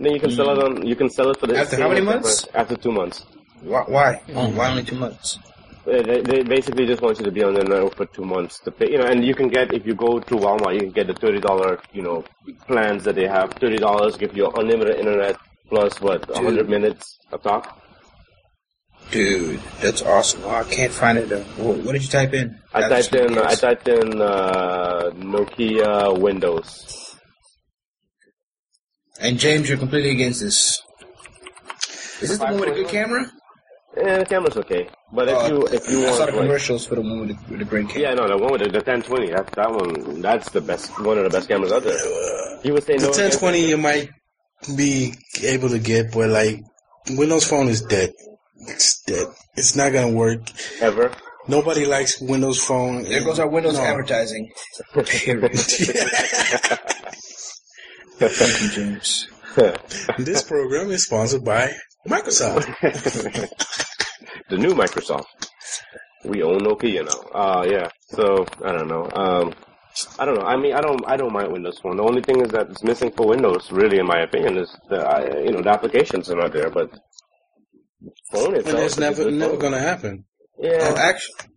B: Then you can sell it on. You can sell it for the
C: Mm. After
B: same
C: how many
B: exact
C: months?
B: price. After two months.
C: Why? Why, why only two months?
B: Uh, They, they basically just want you to be on the network for two months to pay, you know, and you can get, if you go to Walmart, you can get the $30, you know, plans that they have. $30 give you unlimited internet plus, what, 100 minutes of talk?
C: Dude, that's awesome. Oh, I can't find it. Though. Wha- What did you type in?
B: I
C: That's
B: typed in, uh, I
C: ridiculous.
B: typed in, uh, Nokia Windows.
C: and James, you're completely against this. Is this the one with a good camera?
B: Yeah, Eh, the camera's okay. But if
D: Uh,
C: Oh,
B: you, if you
C: I saw the
B: want, like,
C: commercials for the one with the, with the great camera.
B: yeah, no, the one with the, the 1020, that, that one, that's the best, one of the best cameras out there. You would say
D: The
B: no.
D: ten
B: against-
D: twenty you might be able to get, but like Windows Phone is dead. It's dead. It's not gonna work.
B: Ever.
D: Nobody likes Windows Phone.
C: There goes our Windows
D: No.
C: advertising. Period. Thank you, James.
D: this program is sponsored by Microsoft.
B: the new Microsoft. We own Nokia now. Uh, yeah. So I don't know. Um, I don't know. I mean, I don't. I don't mind Windows Phone. The only thing is that it's missing for Windows, really, in my opinion, is the uh, you know the applications are not there. But phone
D: And
B: itself.
D: it's
B: is a
D: never
B: good
D: never
B: phone.
D: gonna happen.
C: Oh,
B: Yeah.
C: actually,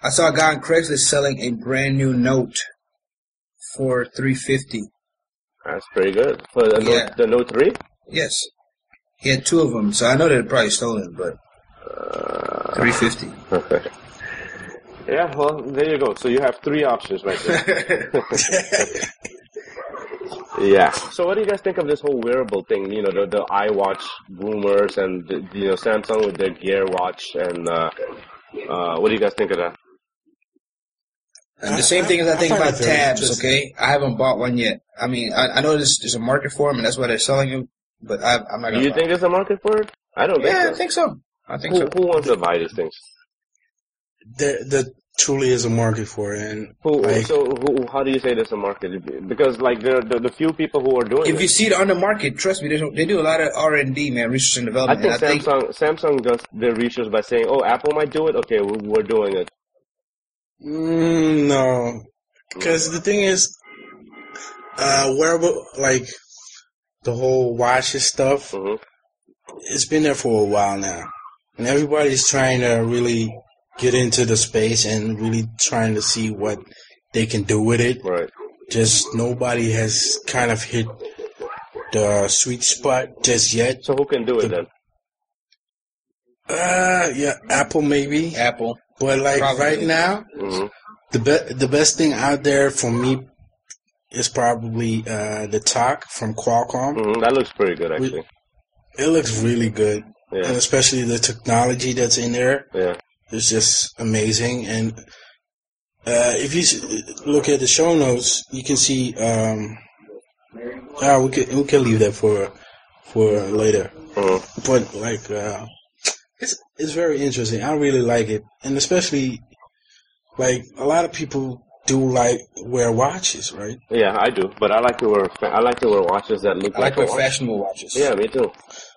C: I saw a guy on Craigslist selling a brand new Note for three fifty.
B: That's pretty good for the
C: Yeah.
B: Note, the Note three.
C: Yes. He had two of them, so I know they're probably stolen, but three fifty.
B: Yeah, well, there you go. So you have three options right there. yeah. So what do you guys think of this whole wearable thing? You know, the, the iWatch boomers and, the, you know, Samsung with their Gear Watch and, uh, uh, what do you guys think of that?
C: And the same thing as I think
D: I find
C: about
D: it very
C: tabs.
D: interesting.
C: Okay, I haven't bought one yet. I mean, I, I know there's, there's a market for them, and that's why they're selling them. But I, I'm not.
B: Do
C: Gonna
B: you
C: buy
B: think there's a market for it? I don't
C: Them. Yeah, I
B: think
C: think so. I think
B: so.
C: so.
B: Who, who wants to buy these things?
D: There, there truly is a market for it. And
B: Who,
D: like,
B: so who, how do you say there's a market? Because like there, the, the few people who are doing
C: If
B: it,
C: you see it on the market, trust me, they, do- they do a lot of R and D, man, research and
B: I
C: development.
B: think
C: and I think
B: Samsung Samsung does their research by saying, "Oh, Apple might do it. Okay, we're, we're doing it."
D: mm, no, because the thing is, uh, wearable like the whole watches stuff.
B: Mhm.
D: It's been there for a while now, and everybody's trying to really get into the space and really trying to see what they can do with it.
B: Right.
D: Just nobody has kind of hit the sweet spot just yet.
B: So who can do it then?
D: Uh, yeah, Apple maybe,
C: Apple.
D: but like
C: Probably.
D: right now,
B: Mhm.
D: the be- the best thing out there for me is probably uh the Talk from Qualcomm.
B: Mhm, That looks pretty good, actually.
D: It looks really good,
B: Yeah.
D: and especially the technology that's in there.
B: Yeah.
D: It's just amazing. And uh, if you s- look at the show notes, you can see. Um, ah, we can we can leave that for for later.
B: Mhm.
D: But like, uh, it's it's very interesting. I really like it, and especially like a lot of people do like wear watches, right?
B: Yeah, I do, but I like to wear I like to wear watches that look
C: I like
B: a
C: what
B: watch.
C: fashionable watches.
B: Yeah, me too.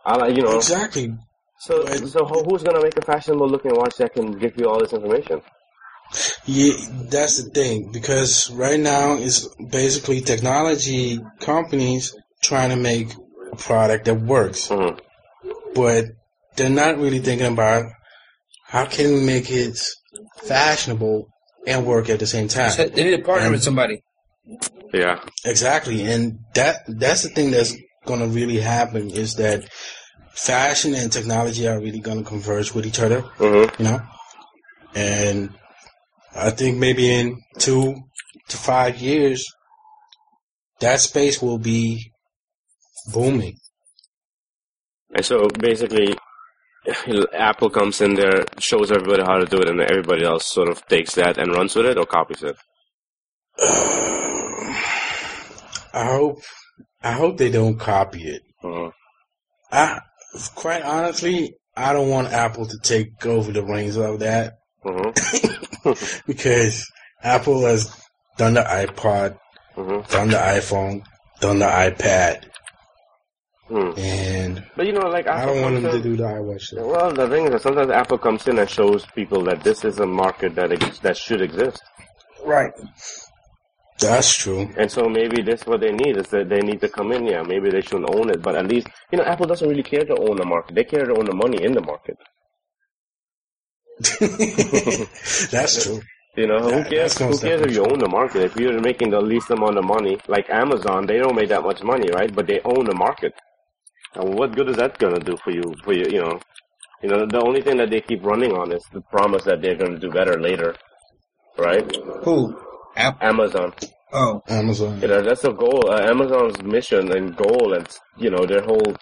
B: I like you know.
D: Exactly.
B: So so who- who's gonna make a fashionable looking watch that can give you all this information?
D: Yeah, that's the thing because right now it's basically technology companies trying to make a product that works,
B: Mhm.
D: but they're not really thinking about how can we make it fashionable and work at the same time.
C: So they need to partner
D: And-
C: with somebody.
B: Yeah.
D: Exactly, and that that's the thing that's going to really happen is that fashion and technology are really going to converge with each other,
B: Mhm.
D: you know. And I think maybe in two to five years, that space will be booming.
B: And so basically, Apple comes in there, shows everybody how to do it, and everybody else sort of takes that and runs with it or copies it.
D: I hope I hope they don't copy it.
B: Mhm.
D: I quite honestly, I don't want Apple to take over the reins of that.
B: Mhm.
D: because Apple has done the iPod,
B: Mhm.
D: done the iPhone, done the iPad,
B: Hmm.
D: and
B: But you know, like
D: I
B: Apple
D: don't want
B: comes
D: them to
B: in-
D: do the iWatch. Though.
B: Well, the thing is that sometimes Apple comes in and shows people that this is a market that ex- that should exist,
C: Right.
D: That's true.
B: and so maybe that's what they need is that they need to come in. Yeah, maybe they shouldn't own it, but at least you know Apple doesn't really care to own the market. They care to own the money in the market.
D: That's true.
B: You know
D: Yeah,
B: who
D: that
B: cares? Who
D: sounds
B: cares if you own the market? If you're making the least amount of money, like Amazon, they don't make that much money, right? But they own the market. And what good is that gonna do for you? For you, you know, you know, the only thing that they keep running on is the promise that they're gonna do better later, right?
C: Who? Apple.
B: Amazon.
C: Oh,
D: Amazon.
B: You know, that's the goal. Uh, Amazon's mission and goal, and you know, their whole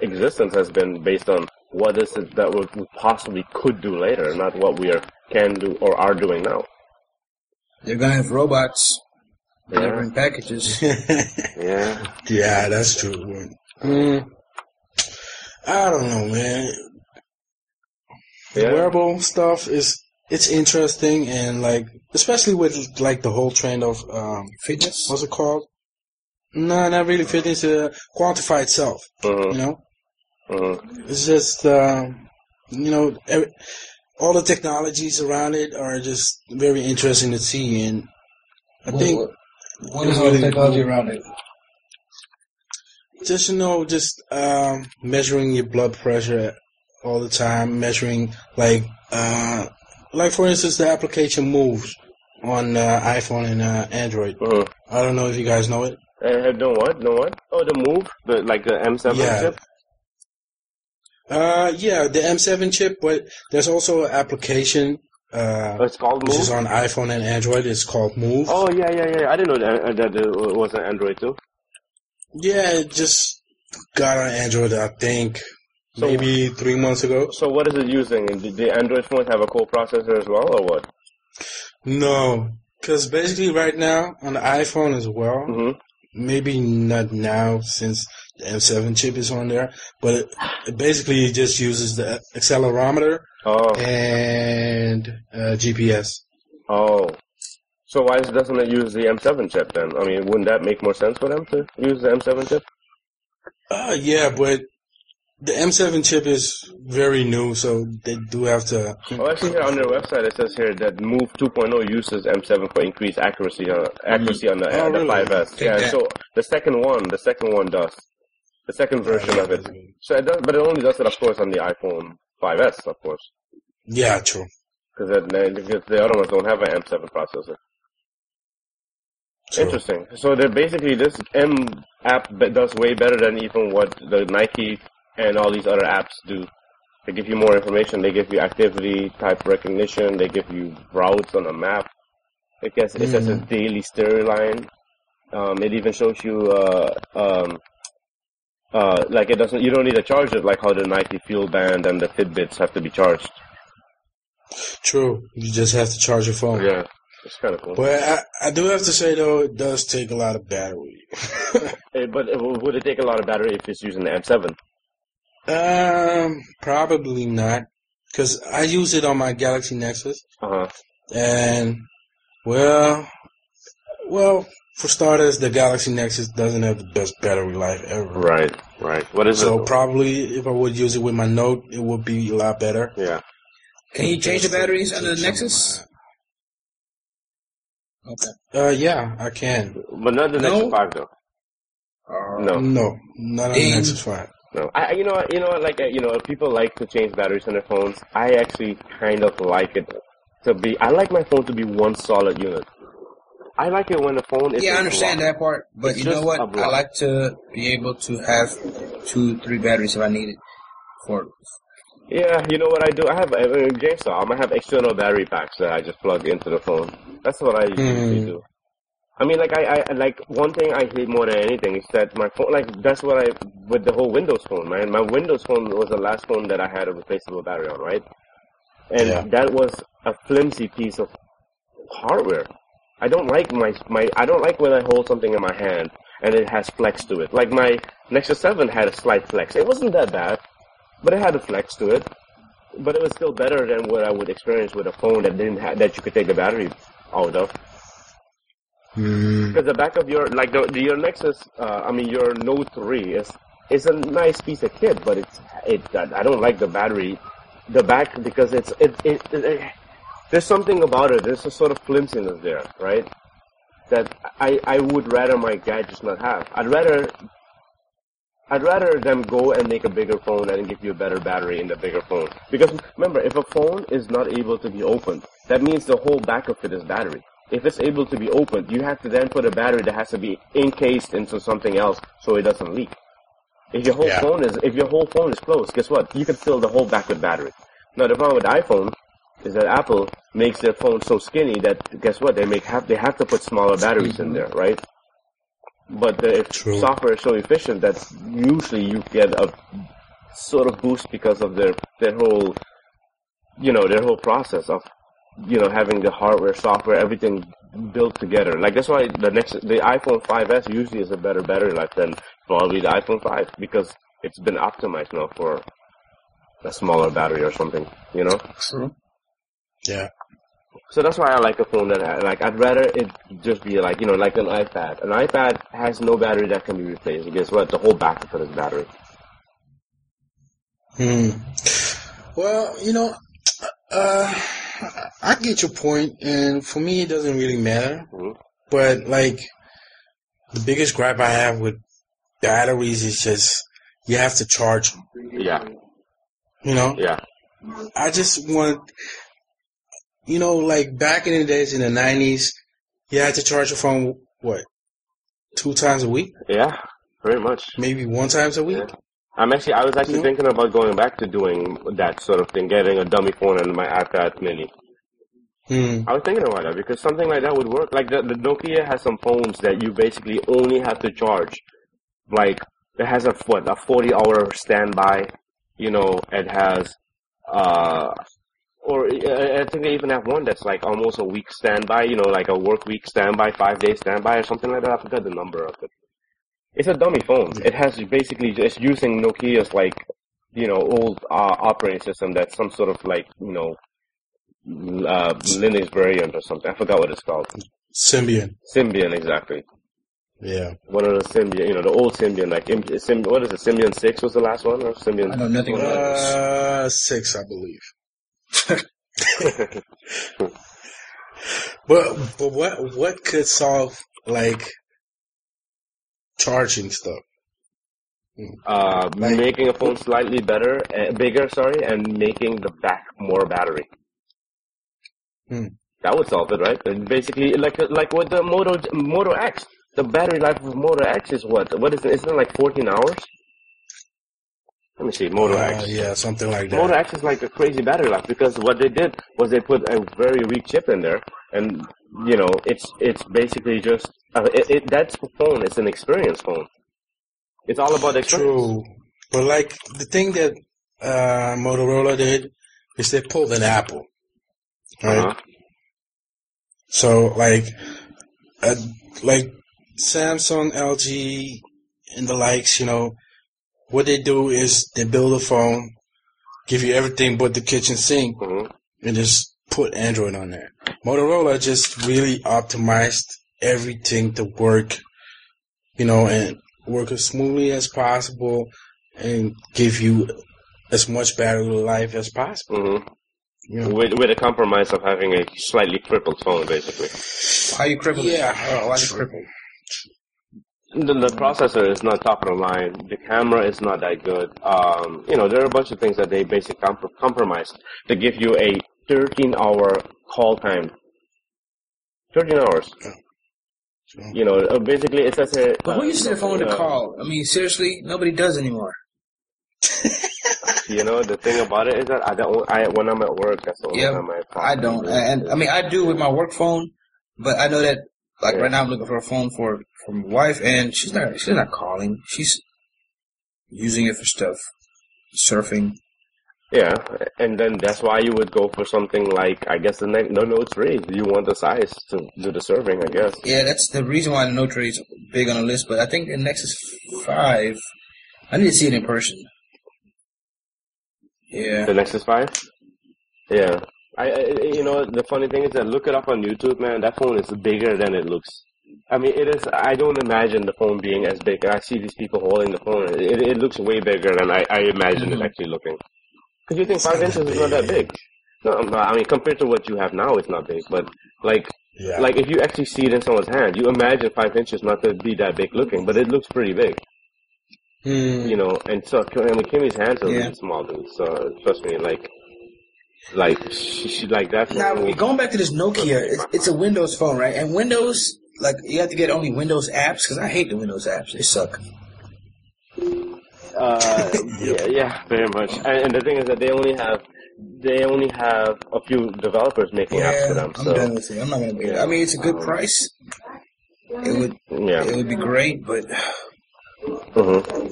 B: existence has been based on what is it that we possibly could do later, not what we are can do or are doing now.
C: they're gonna have robots
B: Yeah.
C: delivering packages.
B: Yeah.
D: yeah, that's true. Mm, I don't know, man. The
B: Yeah.
D: wearable stuff is it's interesting and like especially with like the whole trend of um
C: Fitness.
D: what's it called? No, not really fitness. Uh, quantify itself. You
B: Mhm,
D: know,
B: mhm.
D: It's just, uh, you know, ev all the technologies around it are just very interesting to see. And I think
C: What- what is all the technology around it?
D: just, you know, just um, measuring your blood pressure all the time, measuring, like, uh, like for instance, the application moves on uh, iPhone and uh, Android.
B: Mhm.
D: I don't know if you guys know it.
B: Uh, no what? No what? Oh, the move, the like the M7
D: Yeah.
B: chip.
D: Uh, yeah, the M7 chip, but there's also an application uh,
B: It's called
D: which is
B: Move.
D: on iPhone and Android. It's called Move.
B: Oh yeah, yeah, yeah. I didn't know that, uh, that it was an Android too.
D: Yeah, it just got on Android, I think,
B: So-
D: maybe three months ago.
B: So what is it using? Did the Android phones have a co-processor as well, or what?
D: No, because basically right now on the iPhone as well,
B: hmm
D: maybe not now since the M7 chip is on there, but it, it basically it just uses the accelerometer
B: Oh,
D: and uh, GPS.
B: oh. So why is- doesn't it use the M7 chip then? I mean, wouldn't that make more sense for them to use the M7 chip?
D: Uh, yeah, but the M7 chip is very new, so they do have to.
B: Oh, actually, here on their website it says here that Move 2.0 uses M7 for increased accuracy on accuracy on the,
D: Oh,
B: uh, the
D: really?
B: 5S. Yeah,
C: Yeah.
B: so the second one, the second one does the second version of it. So it does, but it only does it, of course, on the iPhone 5S, of course.
D: Yeah, true.
B: Because the other ones don't have an M7 processor.
D: true.
B: Interesting. So they're basically this M app b- does way better than even what the Nike and all these other apps do. They give you more information. They give you activity type recognition. They give you routes on a map. It gets it says a daily stereo line. Um, it even shows you uh, um, uh, like it doesn't. You don't need to charge it like how the Nike Fuel Band and the Fitbits have to be charged.
D: True. You just have to charge your phone.
B: Yeah, it's kind of cool.
D: Oh. But I, I do have to say though, it does take a lot of battery.
B: Eh, but it- would it take a lot of battery if it's using the M7?
D: um, probably not, because I use it on my Galaxy Nexus,
B: Uh huh.
D: and well, well, for starters, the Galaxy Nexus doesn't have the best battery life ever.
B: Right, right. What is
D: So
B: it?
D: probably if I would use it with my Note, it would be a lot better.
B: yeah.
C: Can you change the batteries under the Nexus? Okay.
D: Uh, yeah, I can.
B: But not the
C: No.
B: Nexus Five though.
C: Uh,
B: No,
D: No, not on the
C: And-
D: Nexus Five.
B: no. I, I- you know, what- you know, what, like uh, you know, people like to change batteries in their phones. I actually kind of like it to be. I like my phone to be one solid unit. I like it when the phone is.
C: Yeah, I
B: a
C: understand
B: block.
C: that part, but
B: It's
C: you know
B: just
C: what?
B: a
C: I
B: block.
C: like to be able to have two, three batteries if I need it. For
B: Yeah, you know what I do? I have uh, in GameStop. I have external battery packs that I just plug into the phone. That's what I usually
D: Hmm.
B: do. I mean, like I, I like one thing I hate more than anything is that my phone. Like that's what I with the whole Windows phone, man. My Windows phone was the last phone that I had a replaceable battery on, right? And
D: Yeah.
B: that was a flimsy piece of hardware. I don't like my my. I don't like when I hold something in my hand and it has flex to it. Like my Nexus Seven had a slight flex. It wasn't that bad, but it had a flex to it. But it was still better than what I would experience with a phone that didn't ha- that you could take the battery out of.
D: Mm.
B: Because the back of your like the, the your Nexus, uh, I mean your Note three is is a nice piece of kit, but it's it. I I don't like the battery, the back because it's it, it, it, it- There's something about it. There's a sort of flimsiness there, right? That I I would rather my gadgets not have. I'd rather. I'd rather them go and make a bigger phone and give you a better battery in the bigger phone. Because remember, if a phone is not able to be opened, that means the whole back of it is battery. If it's able to be opened, you have to then put a battery that has to be encased into something else so it doesn't leak. If your whole
D: Yeah.
B: phone is if your whole phone is closed, guess what? You can fill the whole back with battery. Now the problem with iPhone is that Apple makes their phone so skinny that guess what? They make have they have to put smaller batteries in there, right? But the if
D: Mm-hmm. True.
B: software is so efficient that usually you get a sort of boost because of their their whole you know their whole process of you know having the hardware, software, everything built together. Like that's why the next the iPhone 5s usually is a better battery life than probably the iPhone 5 because it's been optimized now for a smaller battery or something. You know.
C: true.
D: Yeah.
B: So that's why I like a phone that I like. I'd rather it just be like, you know, like an iPad. An iPad has no battery that can be replaced. Guess what? The whole back of it is battery.
D: Hmm. Well, you know, uh, I get your point, and for me, it doesn't really matter.
B: Mhm.
D: But like, the biggest gripe I have with batteries is just you have to charge. 'em,
B: Yeah,
D: You know,
B: yeah.
D: I just want, you know, like back in the days in the nineties, you had to charge your phone what two times a week,
B: Yeah, very much.
D: maybe one times a week.
B: Yeah. I'm actually, I was actually
D: Yeah.
B: thinking about going back to doing that sort of thing, getting a dummy phone and my iPad mini.
D: Hmm.
B: I was thinking about that because something like that would work. Like the, the Nokia has some phones that you basically only have to charge. Like it has a what a forty hour standby. You know, it has, uh, or uh, I think they even have one that's like almost a week standby. You know, like a work week standby, five day standby, or something like that. I forgot the number of it. It's a dummy phone. It has basically it's using Nokia's like, you know, old uh, operating system that's some sort of like you know uh, Linux variant or something. I forgot what it's called.
D: Symbian.
B: Symbian, exactly.
D: Yeah.
B: One of the Symbian, you know, the old Symbian, like im- Symb- what is it? Symbian six was the last one, or Symbian?
C: I know nothing about this.
D: Uh, six, I believe. but but what what could solve like charging stuff?
B: Uh,
D: Like-
B: making a phone slightly better, uh, bigger, sorry, and making the back more battery.
D: Hmm.
B: That would solve it, right? And basically, like like what the Moto Moto X, the battery life of Moto X is what? What is it? Isn't it like fourteen hours? Let me see, Moto
D: Uh,
B: X.
D: yeah, something like
B: Moto
D: that.
B: X is like a crazy battery life because what they did was they put a very weak chip in there, and you know it's it's basically just uh, it, it that's a phone. It's an experience phone. It's all about experience.
D: True. But like the thing that uh, Motorola did is they pulled an Apple, right?
B: Uh-huh.
D: So like, uh, like Samsung, LG, and the likes, you know, what they do is they build a phone, give you everything but the kitchen sink,
B: Mhm.
D: and just put Android on there. Motorola just really optimized everything to work, you know, and work as smoothly as possible and give you as much battery life as possible.
B: Mhm.
D: You know?
B: With with a compromise of having a slightly crippled phone, basically.
C: Why you crippled?
D: Yeah.
C: Uh, why you crippled?
B: The, the processor is not top of the line. The camera is not that good. Um, you know, there are a bunch of things that they basically comp- compromised to give you a 13-hour call time. 13 hours. You know, uh, basically it's as a.
C: But
B: uh,
C: who uses their phone to
B: uh,
C: call? I mean, seriously, nobody does anymore.
B: You know, the thing about it is that I don't. I when I'm at work, that's the only
C: Yeah,
B: time I. talk
C: I
B: to
C: don't.
B: people.
C: And I mean, I do with my work phone, but I know that like
B: Yeah.
C: right now I'm looking for a phone for for my wife, and she's not she's not calling. She's using it for stuff, surfing.
B: Yeah, and then that's why you would go for something like I guess the next no no three. You want the size to do the serving, I guess.
C: Yeah, that's the reason why the Note 3 is big on the list. But I think the Nexus Five, I need to see it in person. Yeah,
B: The Nexus Five. Yeah, I, I you know the funny thing is that look it up on YouTube, man. That phone is bigger than it looks. I mean, it is. I don't imagine the phone being as big. I see these people holding the phone. It, it looks way bigger than I, I imagine it
C: Mhm.
B: actually looking. Because you think
D: It's
B: five
D: not
B: inches
D: that
B: is not that
D: big.
B: big. No, I'm not- I mean compared to what you have now, it's not big. But like,
D: Yeah.
B: like if you actually see it in someone's hand, you imagine five inches not to be that big looking, but it looks pretty big,
D: Hmm.
B: you know. And so, I mean, Kimmy's hands are
C: Yeah.
B: really small, dude. So trust me, like, like she, she like that.
C: Now
B: phone-
C: going back to this Nokia, it's, it's a Windows phone, right? And Windows, like you have to get only Windows apps because I hate the Windows apps; they suck.
B: Uh, yeah, yeah, very much. And, and the thing is that they only have they only have a few developers making apps for them.
C: I'm
B: So
C: done with it. I'm not gonna. Be, I mean, it's a good price. It would it
B: yeah.
C: would be great, but
B: hmm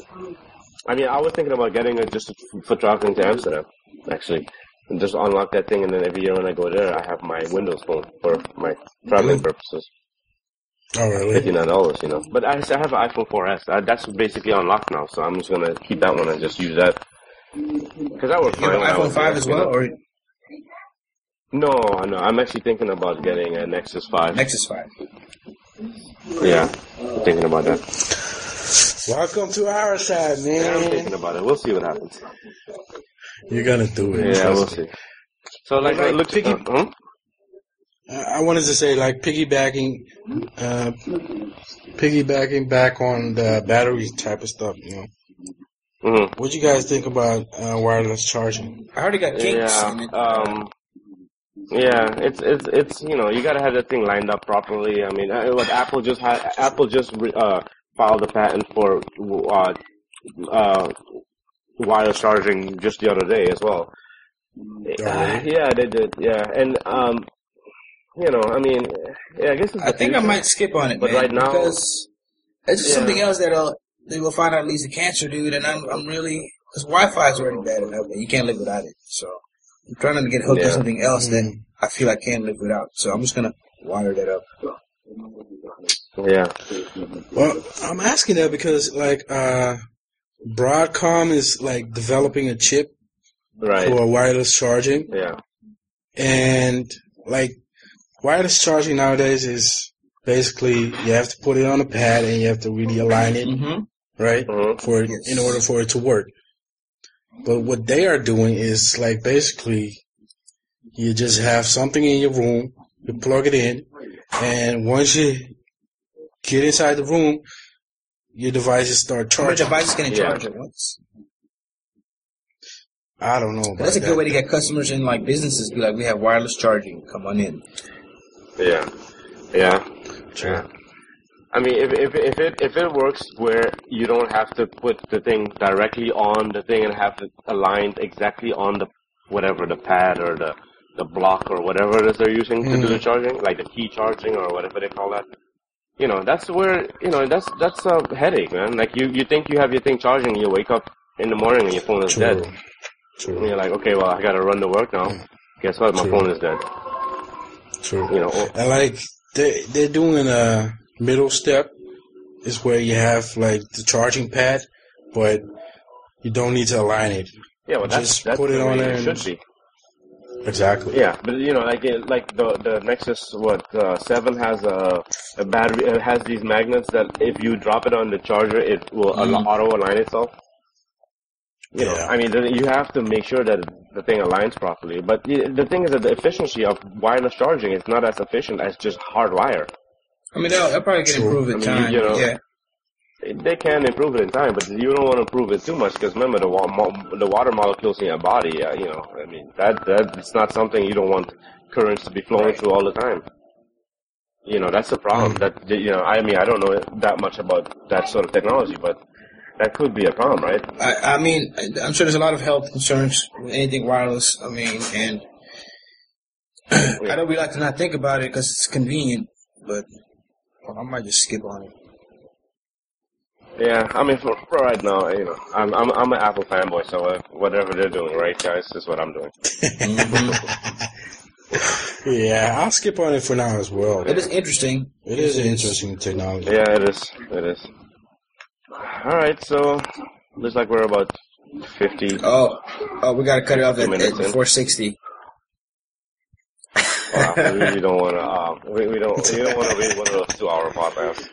B: I mean, I was thinking about getting it just for traveling to Amsterdam, actually. And just unlock that thing, and then every year when I go there, I have my Windows phone for my traveling
C: Mm-hmm.
D: Ooh.
B: purposes.
D: Oh, really?
B: Fifty nine dollars, you know. But I, I have an iPhone 4S. I, that's basically unlocked now, so I'm just gonna keep that one and just use that. Cause that worked
C: you have
B: fine when
C: an
B: I
C: iPhone
B: was there,
C: five as
B: you
C: well,
B: know.
C: or
B: No, no, I'm actually thinking about getting a Nexus Five.
C: Nexus five.
B: Yeah, I'm thinking about that.
D: Welcome to our side,
B: Yeah, I'm
D: man.
B: thinking about it. We'll see what happens.
D: You're gonna do it.
B: Yeah,
D: trust
B: we'll
D: me.
B: see. So like,
D: Like,
B: look,
D: piggy-
B: uh, hmm?
D: Uh, I wanted to say, like piggybacking, uh, piggybacking back on the battery type of stuff. You know,
B: Mhm.
D: what you guys think about uh, wireless charging?
C: I already got kinks in
B: Yeah.
C: it.
B: Um. Yeah. It's it's it's you know you gotta have that thing lined up properly. I mean, uh, what Apple just had Apple just re- uh filed a patent for uh uh while charging just the other day as well.
C: Oh,
B: Uh, yeah, they did. Yeah, and um, you know, I mean, yeah, I guess it's
C: I
B: the
C: think I
B: future.
C: might skip on it,
B: But
C: man,
B: right now-
C: because it's just
B: Yeah.
C: something else that'll they will find out leads to cancer, dude. And I'm I'm really because Wi-Fi is already bad enough, and you can't live without it. So I'm trying to get hooked to
B: Yeah.
C: something else that I feel I can't live without. So I'm just gonna wire that up.
B: Yeah,
D: Well, I'm asking that because like uh, Broadcom is like developing a chip
B: right.
D: for wireless charging,
B: Yeah,
D: and like wireless charging nowadays is basically you have to put it on a pad and you have to really align it
C: Mm-hmm.
D: right
B: Mhm.
D: for it,
C: Yes.
D: in order for it to work. But what they are doing is like basically you just have something in your room, you plug it in, and once you get inside the room, your devices start
C: How many
D: charging.
C: devices can it
B: Yeah.
C: charge at once?
D: I don't know. About
C: That's a
D: that.
C: good way to get customers in, like businesses. Be like, we have wireless charging. Come on in.
B: yeah, yeah.
D: True.
B: Yeah. I mean, if, if if it if it works where you don't have to put the thing directly on the thing and have it aligned exactly on the whatever the pad or the the block or whatever it is they're using to
D: Mm-hmm.
B: do the charging, like the key charging or whatever they call that. You know, that's where you know that's that's a headache, man. Like you you think you have your thing charging, you wake up in the morning and your phone is
D: True.
B: dead.
D: True.
B: And you're like, okay, well I gotta run to work now. Guess what? My
D: True.
B: phone is dead.
D: True.
B: You know, oh, or-
D: And like they they're doing a middle step is where you have like the charging pad, but you don't need to align it.
B: yeah, well that's
D: Just
B: that's
D: put it
B: the
D: on
B: way
D: there
B: it
D: and-
B: should be.
D: Exactly.
B: Yeah, but you know, like it, like the the Nexus what uh, seven has a, a battery it has these magnets that if you drop it on the charger, it will
C: Mhm.
B: auto align itself. You know,
D: Yeah.
B: I mean, then you have to make sure that the thing aligns properly. But the, the thing is that the efficiency of wireless charging is not as efficient as just hard wire.
C: I mean, they'll, they'll probably get
D: True.
C: improved with
B: I mean, you-
C: time.
B: you know,
C: yeah.
B: They can improve it in time, but you don't want to improve it too much because remember the wa- mo- the water molecules in your body. Uh, you know, I mean that that's not something you don't want currents to be flowing through all the time. You know, that's the problem. That that, you know, I mean, I don't know that much about that sort of technology, but that could be a problem, right?
C: I, I mean, I- I'm sure there's a lot of health concerns with anything wireless. I mean, and I know we like to not think about it because it's convenient, but well, I might just skip on it.
B: Yeah, I mean, for, for right now, you know, I'm I'm I'm an Apple fanboy, so uh, whatever they're doing, right, guys, is what I'm doing.
D: Yeah, I'll skip on it for now as well.
C: It is interesting.
D: It is an interesting technology.
B: Yeah, it is, it is. All right, so looks like we're about fifty.
C: Oh, oh, we gotta cut it off at, at
B: Minutes in.
C: 460.
B: Wow, we really don't want to. Um, we, we don't. We don't want to read one of those two-hour podcasts.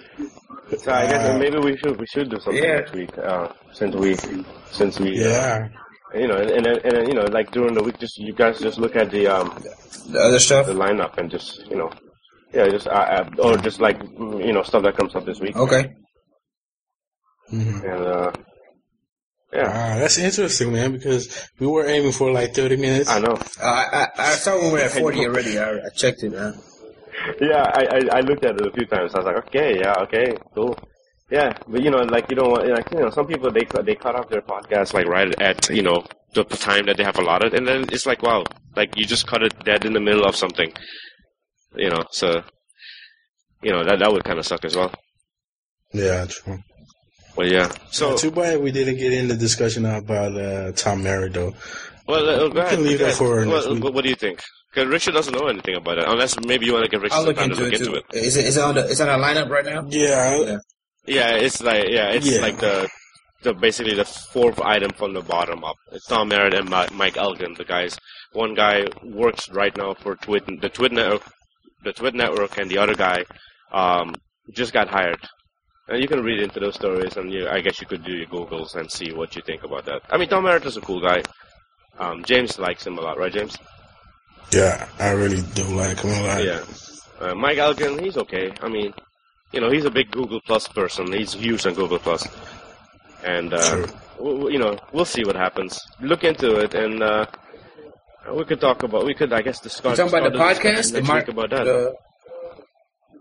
B: So I guess
D: Uh,
B: maybe we should we should do something
C: Yeah.
B: next week. Uh, since we since we uh,
D: Yeah.
B: you know and and then, and then you know like during the week just you guys just look at the um
C: The other stuff?
B: the lineup and just you know yeah just uh, uh, or just like mm, you know stuff that comes up this week
C: Okay.
D: Mhm.
B: and uh yeah
D: Ah, that's interesting, man, because we were aiming for like 30 minutes.
B: I know
C: Uh, I, I, I saw when we were at 40 already. I, I checked it, man.
B: yeah, I, I I looked at it a few times. I was like, okay, yeah, okay, cool, yeah. But you know, like you don't want like you know, some people they cut- they cut off their podcast like right at you know the time that they have allotted, and then it's like wow, like you just cut it dead in the middle of something, you know. So you know that that would kind of suck as well.
D: Yeah, true.
B: But yeah,
D: So,
B: so
D: too bad we didn't get in the discussion about uh, Tom Merritt, though.
B: well, uh, go ahead.
D: can leave
B: go
D: that
B: ahead.
D: for next
B: Well,
D: week.
B: what, what do you think? Because Richard doesn't know anything about it, unless maybe you want to get Richard
C: I'll
B: some
C: look
B: time to
C: into
B: look
C: it
B: into
C: too.
B: it.
C: Is it, is it on the, it's on our lineup right now?
D: Yeah.
C: Yeah.
B: Yeah, it's like yeah, it's
D: Yeah.
B: like the the basically the fourth item from the bottom up. It's Tom Merritt and Mi- Mike Elgin, the guys. One guy works right now for Twit, the Twit network, the Twit network, and the other guy um, just got hired. And you can read into those stories, and you, I guess you could do your googles and see what you think about that. I mean, Tom Merritt is a cool guy. Um, James likes him a lot, right, James?
D: Yeah, I really do like him a lot.
B: Yeah. Uh, Mike Elgin, he's okay. I mean, you know, he's a big Google Plus person. He's huge on Google Plus, and uh,
D: True.
B: w- w- you know, we'll see what happens. Look into it, and uh, we could talk about. We could, I guess,
C: You
B: discuss.
C: talking about the
B: start a discussion
C: podcast? The
B: next
C: mark,
B: week about that.
C: the,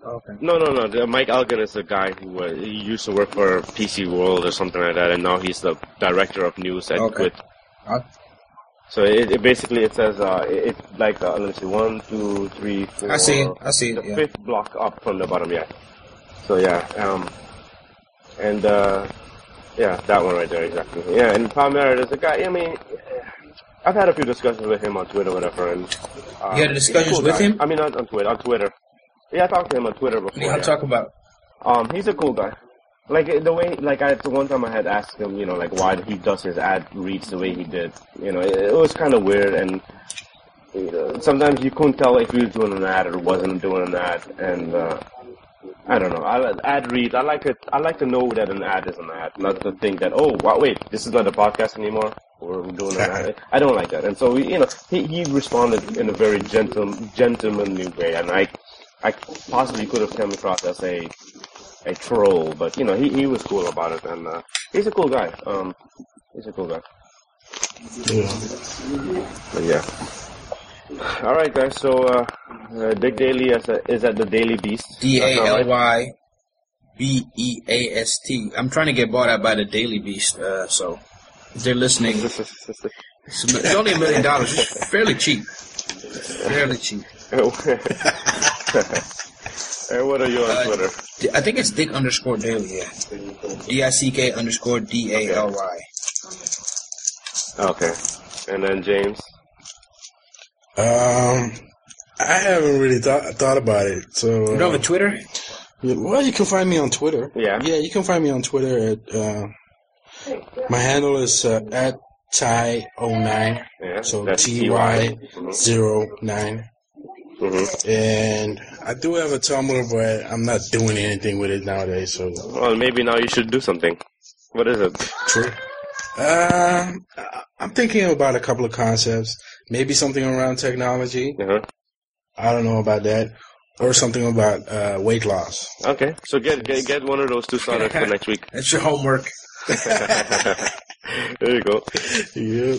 C: Okay.
B: No, no, no. the- Mike Elgin is the guy who uh, he used to work for PC World or something like that, and now he's the director of news at
C: Okay. Uh,
B: Quit.
C: Okay.
B: So it, it basically it says uh, it, it like uh, let's see, one, two, three, four.
C: I see it. I see
B: the
C: it. Yeah.
B: fifth block up from the bottom, yeah. So yeah, um, and uh, yeah, that one right there, exactly. Yeah, and Tom Merritt is a guy. I mean, I've had a few discussions with him on Twitter, or whatever. And uh,
C: You had discussions
B: he's a
C: with
B: guy.
C: him?
B: I mean, not on Twitter. On Twitter. Yeah, I talked to him on Twitter before.
C: Yeah,
B: yeah.
C: I'm talking about.
B: Um, he's a cool guy. Like uh, the way, like I, the one time I had asked him, you know, like why he does his ad reads the way he did. You know, it, it was kind of weird, and you know, sometimes you couldn't tell if he was doing an ad or wasn't doing an ad. And uh, I don't know, I li- ad reads. I like it. I like to know that an ad is an ad, not to think that oh, wow, wait, this is not a podcast anymore. We're doing an ad. I don't like that. And so you know, he, he responded in a very gentle, gentlemanly way, and I, I possibly could have come across as a a troll, but you know he, he was cool about it, and uh, he's a cool guy. Um, he's a cool guy.
D: Yeah.
B: But yeah. All right, guys. So uh, uh, Dick Daly is at, is at the Daily Beast.
C: D A L
B: That's all right.
C: Y B E A S T. I'm trying to get bought out by the Daily Beast, uh, so if they're listening, it's, a mi- it's only a million dollars. It's fairly cheap. It's fairly cheap.
B: Hey, what are you on
C: Uh,
B: Twitter?
C: D- I think it's Dick underscore Daily. Yeah. D I C K underscore D A L Y.
B: Uh, Okay. And then James.
D: Um, I haven't really thought thought about it. So,
C: You don't
D: uh,
C: have a Twitter?
D: well, you can find me on Twitter.
B: Yeah.
D: yeah, you can find me on Twitter at uh, my handle is uh, at ty09,
B: Yeah.
D: so
B: that's T-Y.
D: ty zero nine,
B: Mm-hmm.
D: and I do have a Tumblr, but I'm not doing anything with it nowadays. So
B: Well, maybe now you should do something. What is it?
D: True. Um, I- I'm thinking about a couple of concepts. Maybe something around technology.
B: Uh-huh.
D: I don't know about that, or something about uh, weight loss.
B: Okay. So get, get get one of those two started for next week.
C: That's your homework.
B: there you go.
D: Yeah.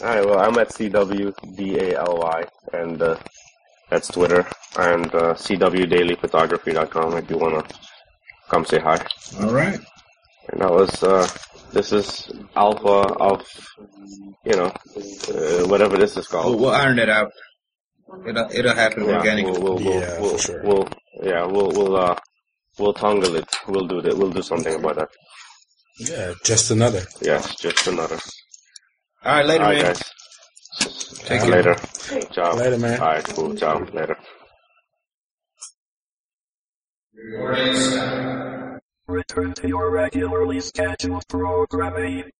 B: All right. Well, I'm at CWDALY, and uh, that's Twitter and uh, CWDailyPhotography.com if you wanna come say hi.
C: All right.
B: And that was uh, this is alpha of you know uh, whatever this is
C: We'll,
B: called.
C: Oh, we'll iron that out. It'll, it'll happen
B: yeah,
C: organically.
B: we'll, we'll, we'll,
D: Yeah,
B: we'll,
D: for sure.
B: we'll yeah we'll we'll uh, we'll tangle it. We'll do that. We'll do something about that.
D: Yeah, just another.
B: Yeah, just another.
C: All right, later,
B: All right,
C: man.
B: guys.
C: Take
D: All
C: care.
D: right.
B: Later. Ciao.
D: Later, man.
B: All right, cool. Ciao. Later.
A: Return to your regularly scheduled programming.